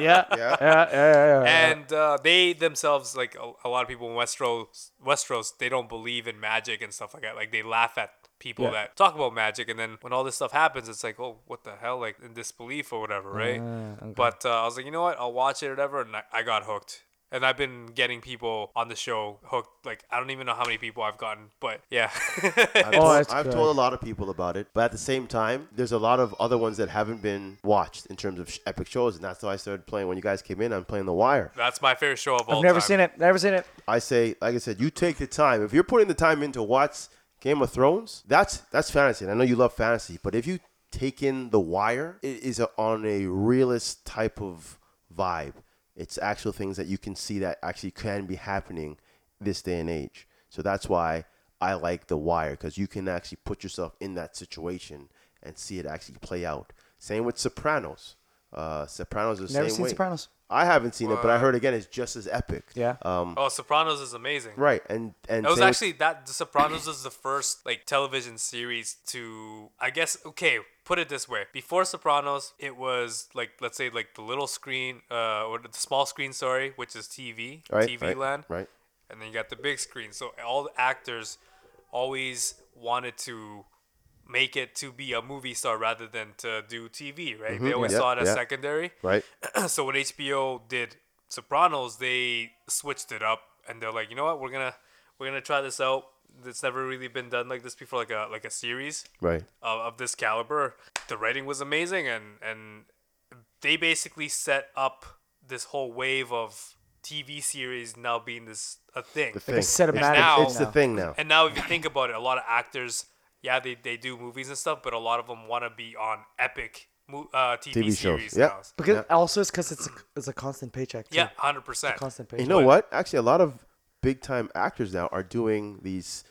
S4: Yeah, yeah, yeah, yeah, yeah.
S3: and uh, they themselves, like a, a lot of people in Westeros, Westeros, they don't believe in magic and stuff like that. Like they laugh at people that talk about magic, and then when all this stuff happens, it's like, oh, what the hell, like in disbelief or whatever, right?
S4: Ah,
S3: But uh, I was like, you know what, I'll watch it or whatever, and I, I got hooked. And I've been getting people on the show hooked. Like I don't even know how many people I've gotten, but yeah, (laughs)
S2: I've,
S4: Oh,
S2: told,
S4: it's
S2: I've
S4: good.
S2: told a lot of people about it, but at the same time, there's a lot of other ones that haven't been watched in terms of sh- epic shows, and that's why I started playing. When you guys came in, I'm playing The Wire.
S3: that's my favorite show of all
S4: I've never
S3: time.
S4: seen it. Never seen it.
S2: I say, like I said, you take the time. If you're putting the time in to watch Game of Thrones, that's that's fantasy. And I know you love fantasy, but if you take in The Wire, it is a, on a realist type of vibe. It's actual things that you can see that actually can be happening this day and age. So that's why I like The Wire because you can actually put yourself in that situation and see it actually play out. Same with Sopranos. Uh, Sopranos is the
S4: Never
S2: same
S4: seen
S2: way.
S4: Sopranos.
S2: I haven't seen it, but I heard again it's just as epic.
S4: Yeah.
S2: Um,
S3: Oh, Sopranos is amazing.
S2: Right, and and
S3: That was
S2: same with-
S3: actually that The Sopranos was the first like television series to I guess okay put it this way before Sopranos it was like let's say like the little screen uh or the small screen sorry which is TV
S2: right,
S3: TV
S2: right,
S3: land
S2: Right.
S3: and then you got the big screen so all the actors always wanted to make it to be a movie star rather than to do TV right they always
S2: Mm-hmm, yeah,
S3: saw it as
S2: yeah.
S3: secondary
S2: Right.
S3: so when HBO did Sopranos, they switched it up and they're like, you know what, we're gonna we're gonna try this out. It's never really been done like this before, like a like a series
S2: Right.
S3: of, of this caliber. The writing was amazing, and and they basically set up this whole wave of TV series now being this a thing.
S2: The
S4: Like a cinematic
S2: It's,
S3: now-
S2: it's the thing now.
S3: And now, if you think about it, a lot of actors, yeah, they, they do movies and stuff, but a lot of them want to be on epic mo- uh, TV,
S2: TV shows,
S3: series
S2: yeah.
S3: now.
S4: Because also it's because it's a, it's a constant paycheck. Too.
S3: Yeah, hundred percent.
S4: constant
S2: You
S4: paycheck.
S2: know what? Actually, a lot of big time actors now are doing these.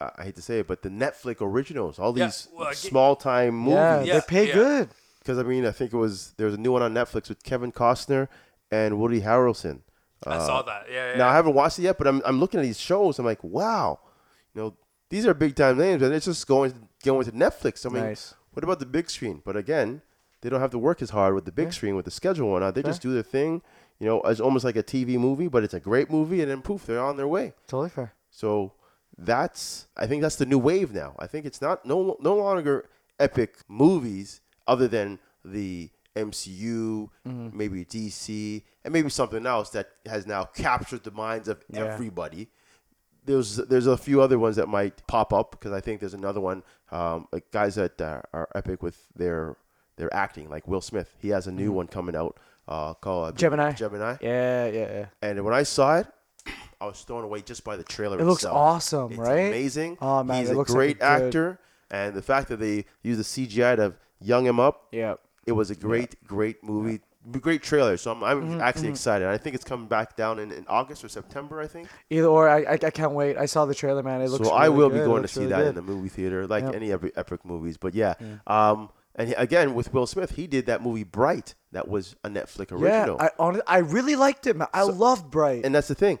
S2: Uh, I hate to say it, but the Netflix originals, all
S3: Yeah,
S2: these
S3: well, I get-
S2: small time
S4: Yeah,
S2: movies.
S3: Yeah,
S4: they pay
S3: yeah.
S4: good.
S2: Because I mean, I think it was there was a new one on Netflix with Kevin Costner and Woody Harrelson.
S3: I
S4: Uh,
S3: saw that. Yeah, yeah.
S2: Now I
S3: yeah.
S2: haven't watched it yet, but I'm I'm looking at these shows. I'm like, wow, you know, these are big time names, and it's just going going to Netflix. I mean,
S4: Nice.
S2: what about the big screen? But again, they don't have to work as hard with the big screen with the schedule and all. They just do their thing. You know, it's almost like a TV movie, but it's a great movie, and then poof, they're on their way.
S4: Totally fair.
S2: So that's I think that's the new wave now. I think it's not no no longer epic movies other than the MCU,
S4: Mm-hmm.
S2: maybe DC, and maybe something else that has now captured the minds of
S4: Yeah.
S2: everybody. There's there's a few other ones that might pop up because I think there's another one. Um, like guys that uh, are epic with their their acting, like Will Smith. He has a new one coming out uh, called
S4: Mm-hmm. Gemini.
S2: Gemini.
S4: Yeah, yeah, yeah.
S2: And when I saw it, I was thrown away just by the trailer.
S4: It looks
S2: itself.
S4: awesome,
S2: It's
S4: right?
S2: Amazing.
S4: Aw, man,
S2: he's
S4: it
S2: a
S4: looks like
S2: great
S4: a good-
S2: actor, and the fact that they use the CGI to young him up,
S4: Yeah. Mm-hmm,
S2: it was a great, great movie, great trailer. So I'm, I'm actually excited. I think it's coming back down in, in August or September. I think.
S4: Either or, I, I, I can't wait. I saw the trailer, man. It
S2: So
S4: looks.
S2: I
S4: really
S2: will
S4: good.
S2: be
S4: It
S2: going to
S4: looks
S2: see
S4: really
S2: that in
S4: good.
S2: the movie theater, like
S4: Yep.
S2: any epic, epic movies. But yeah, um, and he- again with Will Smith, he did that movie Bright, that was a Netflix
S4: Yeah,
S2: original.
S4: I honest, I really liked it, man. I love Bright.
S2: and that's the thing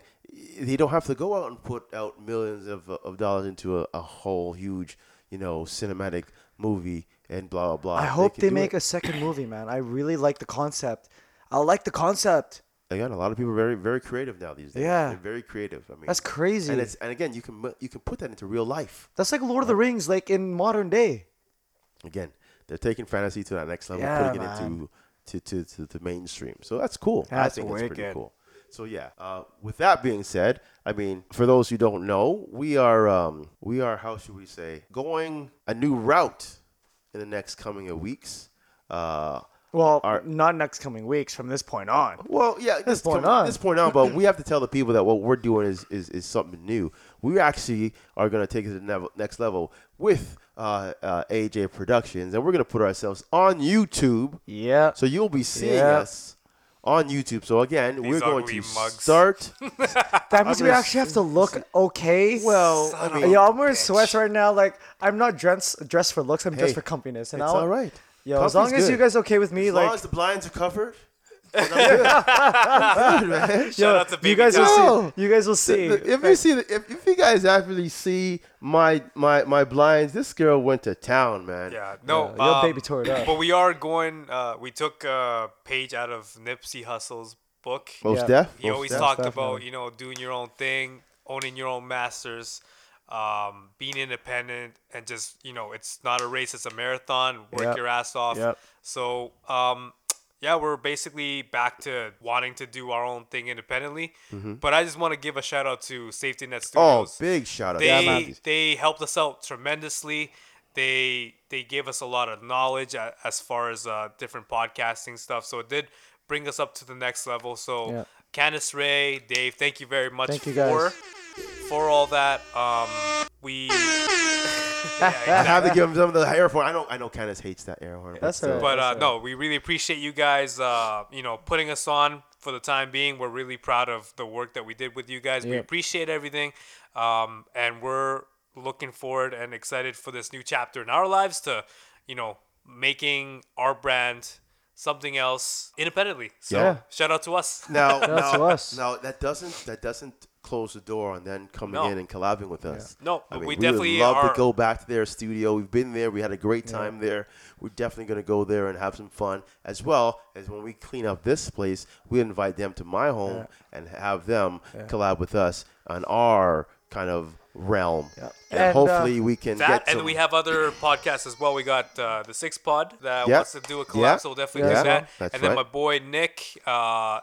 S2: they don't have to go out and put out millions of, of dollars into a, a whole huge you know cinematic movie and blah blah blah
S4: I hope
S2: can
S4: they
S2: do
S4: make
S2: it.
S4: a second movie, man. I really like the concept. I like the concept.
S2: again a lot of people are very very creative now these days
S4: Yeah.
S2: They're very creative i mean
S4: That's crazy.
S2: and it's and again you can mu- you can put that into real life
S4: That's like Lord of the Rings, like in modern day.
S2: again they're taking fantasy to that next level
S4: Yeah,
S2: putting it
S4: man.
S2: into to, to, to the mainstream so that's cool i
S4: That's
S2: think that's pretty
S3: wicked.
S2: cool so yeah uh, with that being said i mean for those who don't know we are um, we are how should we say going a new route in the next coming of weeks uh,
S4: Well,
S2: Our-
S4: not next coming weeks. From this point on,
S2: well, yeah, this
S4: point
S2: com-
S4: on.
S2: This point on, but we have to tell the people that what we're doing is is, is something new. We actually are going to take it to the nev- next level with uh, uh, AJ Productions, and we're going to put ourselves on YouTube.
S4: yeah.
S2: So you'll be seeing
S4: Yeah.
S2: us on YouTube. So again, we're going
S3: ugly
S2: to
S3: mugs.
S4: (laughs)
S2: start.
S4: That means we
S2: gonna
S4: actually have to look okay.
S2: Well, I mean-
S4: yo, I'm wearing sweats right now. Like, I'm not dressed dressed for looks. I'm
S2: Hey,
S4: dressed for comfiness. And
S2: it's
S4: I'll-
S2: all right.
S4: Yo, as long
S2: Comfy's
S4: as you
S2: good.
S4: guys okay with me,
S2: as
S4: like,
S2: long as the blinds are covered. then
S4: (laughs)
S2: I'm good. I'm good, man.
S3: Shout out to Baby
S4: you guys
S3: Doc.
S4: will
S2: No.
S4: see. You guys will see.
S2: The- if you see the, if, if you guys actually see my my my blinds, this girl went to town, man.
S3: Yeah, no.
S4: your
S3: um,
S4: baby tore it up.
S3: But we are going. Uh, we took a page out of Nipsey Hussle's book.
S2: Most
S4: Yeah.
S2: deaf.
S3: He
S2: most
S3: always
S2: deaf.
S3: talked about
S4: definitely.
S3: you know doing your own thing, owning your own masters, um, being independent, and just you know it's not a race, it's a marathon. Work
S4: Yep.
S3: your ass off.
S4: Yep.
S3: So um, yeah, we're basically back to wanting to do our own thing independently.
S4: Mm-hmm.
S3: But I just want to give a shout out to Safety Net
S2: Oh,
S3: Studios.
S2: big shout out.
S3: they
S2: Yeah, man.
S3: (laughs) they helped us out tremendously. They they gave us a lot of knowledge a- as far as uh, different podcasting stuff. So it did bring us up to the next level. So
S4: Yeah.
S3: Candice Ray, Dave, thank you very much
S4: Thank you
S3: for
S4: guys.
S3: for all that. Um, we
S2: I have to give him some of the air horn. I know I know Candace hates that air horn.
S4: That's
S2: but,
S4: all
S2: uh,
S4: right.
S3: but uh,
S4: That's
S3: no, we really appreciate you guys. Uh, you know, putting us on for the time being. We're really proud of the work that we did with you guys. We
S4: Yeah.
S3: appreciate everything, um, and we're looking forward and excited for this new chapter in our lives to, you know, making our brand something else independently. So
S4: Yeah.
S3: shout out to us.
S2: Now,
S4: That's
S2: now,
S4: us.
S2: now that doesn't that doesn't close the door on them coming
S3: No.
S2: in and collabing with us.
S3: No,
S2: I
S3: but
S2: mean, we,
S3: we definitely
S2: would love
S3: are-
S2: to go back to their studio. We've been there. We had a great time there. We're definitely going to go there and have some fun as well as when we clean up this place. We invite them to my home and have them collab with us on our kind of realm. And,
S4: And, uh,
S2: hopefully we can
S3: That
S2: get some.
S3: and we have other podcasts as well. We got uh, the Six Pod that
S2: Yep.
S3: wants to do a collab,
S2: Yep.
S3: so we'll definitely
S2: Yeah.
S3: do that.
S2: That's
S3: and then
S2: right.
S3: my boy Nick, uh,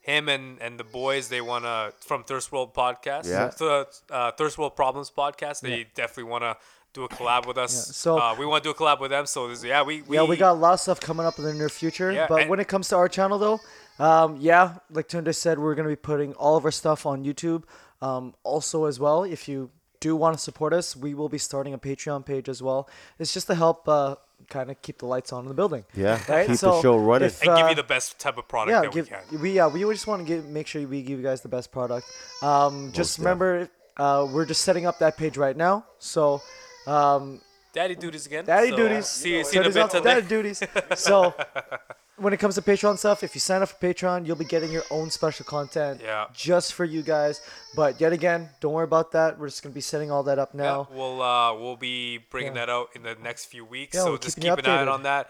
S3: him and, and the boys, they want to from Thirst World Podcast,
S2: Yeah.
S3: so, uh, Thirst World Problems Podcast. They definitely want to do a collab with us.
S4: So-
S3: uh, we want to do a collab with them. So this, yeah, we, we
S4: yeah, we got a lot of stuff coming up in the near future.
S3: Yeah,
S4: but
S3: and-
S4: when it comes to our channel, though, um, yeah, like Tunde said, we're gonna be putting all of our stuff on YouTube. Um, also, as well, if you do want to support us, we will be starting a Patreon page as well. It's just to help uh, kind of keep the lights on in the building.
S2: Yeah,
S4: right?
S2: keep the
S4: So
S2: show running.
S4: if,
S3: and give
S4: uh,
S3: you the best type of product
S4: yeah,
S3: that
S4: give,
S3: we can.
S4: we yeah we just want to give make sure we give you guys the best product. Um, just remember, uh, we're just setting up that page right now. So, um,
S3: Daddy duties again.
S4: daddy
S3: so uh,
S4: duties.
S3: See, see you in a
S4: Daddy's
S3: bit
S4: off-
S3: today.
S4: daddy duties.
S3: (laughs)
S4: So, when it comes to Patreon stuff, if you sign up for Patreon, you'll be getting your own special content.
S3: Yeah.
S4: Just for you guys. But yet again, don't worry about that. We're just gonna be setting all that up
S3: Yeah,
S4: now.
S3: we'll uh, we'll be bringing that out in the next few weeks.
S4: Yeah,
S3: so
S4: we'll
S3: just
S4: keep you
S3: keep an eye out
S4: updated.
S3: on that.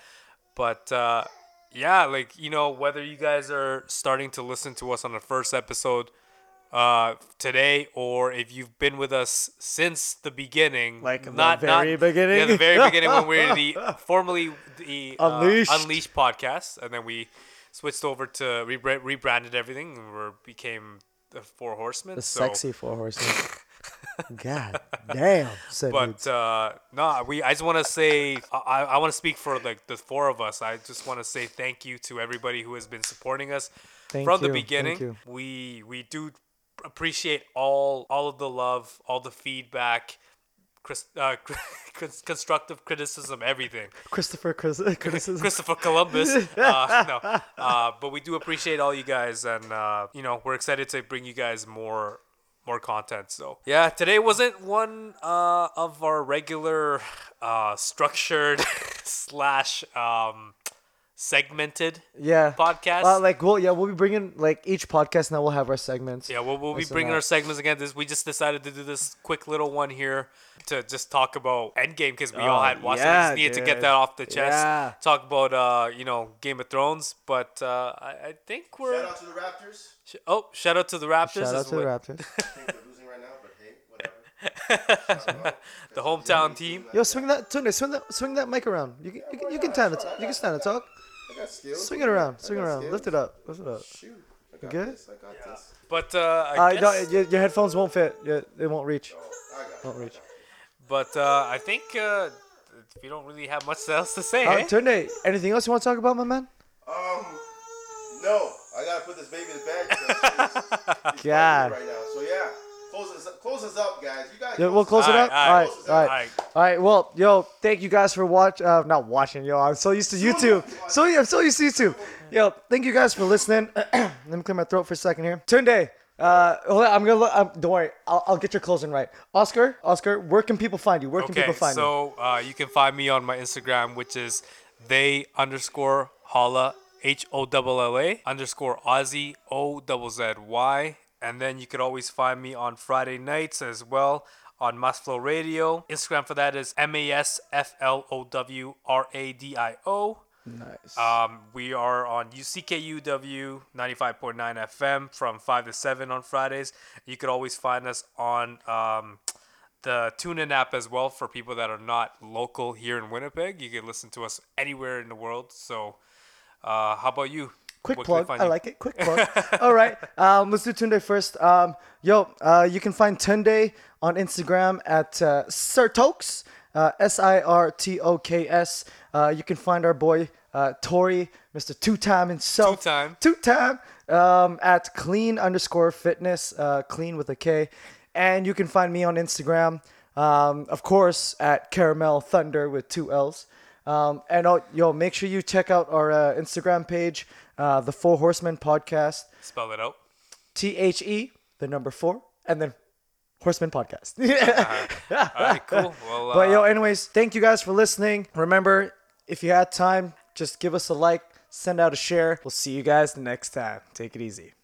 S3: But uh, yeah, like you know, whether you guys are starting to listen to us on the first episode, uh, today, or if you've been with us since the beginning,
S4: Like the very beginning?
S3: yeah, the very beginning when we were
S4: (laughs)
S3: the formerly the uh,
S4: Unleashed.
S3: Unleashed podcast, and then we switched over to rebra- rebranded everything, and we became the Four Horsemen.
S4: The
S3: so,
S4: sexy
S3: (laughs)
S4: four horses. God damn, said dudes.
S3: But uh, no, we. I just want to say, I, I want to speak for like the four of us. I just want to say thank you to everybody who has been supporting us
S4: Thank
S3: from
S4: you,
S3: the
S4: thank
S3: beginning.
S4: you.
S3: We we do appreciate all all of the love, all the feedback, Chris, uh, (laughs) cons- constructive criticism, everything.
S4: Christopher Chris-
S3: (laughs)
S4: criticism.
S2: (laughs)
S3: Christopher Columbus. Uh, no, uh, but we do appreciate all you guys, and uh, you know we're excited to bring you guys more more content. So yeah, today wasn't one uh, of our regular uh, structured (laughs) slash um, segmented
S4: yeah.
S3: podcast.
S4: Uh, like, well, yeah, we'll be bringing like each podcast now. We'll have our segments.
S3: yeah, we'll, we'll be
S4: This and
S3: bringing
S4: that.
S3: our segments again. This we just decided to do this quick little one here to just talk about Endgame because we all
S2: Oh,
S3: had watched
S2: yeah,
S3: it. We just needed to get
S2: dude.
S3: that off the chest.
S4: Yeah.
S3: Talk about uh, you know Game of Thrones, but uh, I, I think we're
S2: to the Raptors.
S3: Sh- Oh, shout out to the Raptors. is
S4: Shout out to the
S3: what-
S4: Raptors.
S2: I think we're losing right now, but hey, whatever.
S3: the hometown team.
S4: Yo, swing that, Tune, swing that, swing that mic around. You can, you can, you can stand it. You can stand and talk.
S2: I got skills.
S4: Swing it around. Swing it around. Lift it up. Lift it up.
S2: Shoot. I got
S4: good?
S2: this. I got this.
S3: But uh, I
S4: Uh,
S3: guess, Oh,
S4: no, your, your headphones won't fit. Yeah, they won't reach. Won't reach.
S3: but uh, I think uh, we don't really have much else to say.
S4: Uh,
S3: eh?
S4: Tunde, anything else you want to talk about, my man?
S2: Um, (laughs) no, I gotta put this baby to bed. 'cause she's-
S4: God.
S2: right now. So yeah, close us, close us up, guys. You guys.
S4: Yeah, we'll close it
S3: Alright,
S4: up. All right,
S3: alright,
S4: all right, all right.
S3: alright.
S4: Well, yo, thank you guys for watch. Uh, not watching, yo. I'm so used to YouTube. So yeah, I'm so used to YouTube. Yo, thank you guys for listening. (clears throat) Let me clear my throat for a second here. Tunde, uh, hold on, I'm gonna. Look, um, don't worry, I'll, I'll get your closing right. Oscar, Oscar, where can people find you? Where can
S3: Okay,
S4: people find you?
S3: so uh, you can find me on my Instagram, which is they underscore holla h o double l a underscore Aussie o double z y, and then you could always find me on Friday nights as well on Masflow Radio. Instagram for that is m a s f l o w r a d i o. Nice. Um, we are on UCKUW 95.9 FM from 5 to 7 on Fridays. You could always find us on um, the TuneIn app as well for people that are not local here in Winnipeg. You can listen to us anywhere in the world. So, uh, how about you?
S4: Quick
S3: Where can they
S4: plug.
S3: find
S4: I
S3: you?
S4: like it. Quick
S3: (laughs)
S4: plug. All right. Um, let's do Tunde first. Um, yo, uh, you can find Tunde on Instagram at uh, Sirtokes, uh, S I R T O K S. Uh, you can find our boy uh, Tori, Mr. Two Time himself.
S3: Two-Time.
S4: Two Time um, at clean underscore fitness, uh, clean with a K. And you can find me on Instagram, um, of course, at Caramel Thunder with two L's. Um, and oh, yo, make sure you check out our uh, Instagram page, uh, the Four Horsemen Podcast,
S3: Spell it
S4: (laughs)
S3: out.
S4: T H E, the number four, and then Horsemen Podcast. (laughs)
S3: All right, cool. Well,
S4: But
S3: uh,
S4: yo, anyways, thank you guys for listening. Remember, if you had time, just give us a like, send out a share. We'll see you guys next time. Take it easy.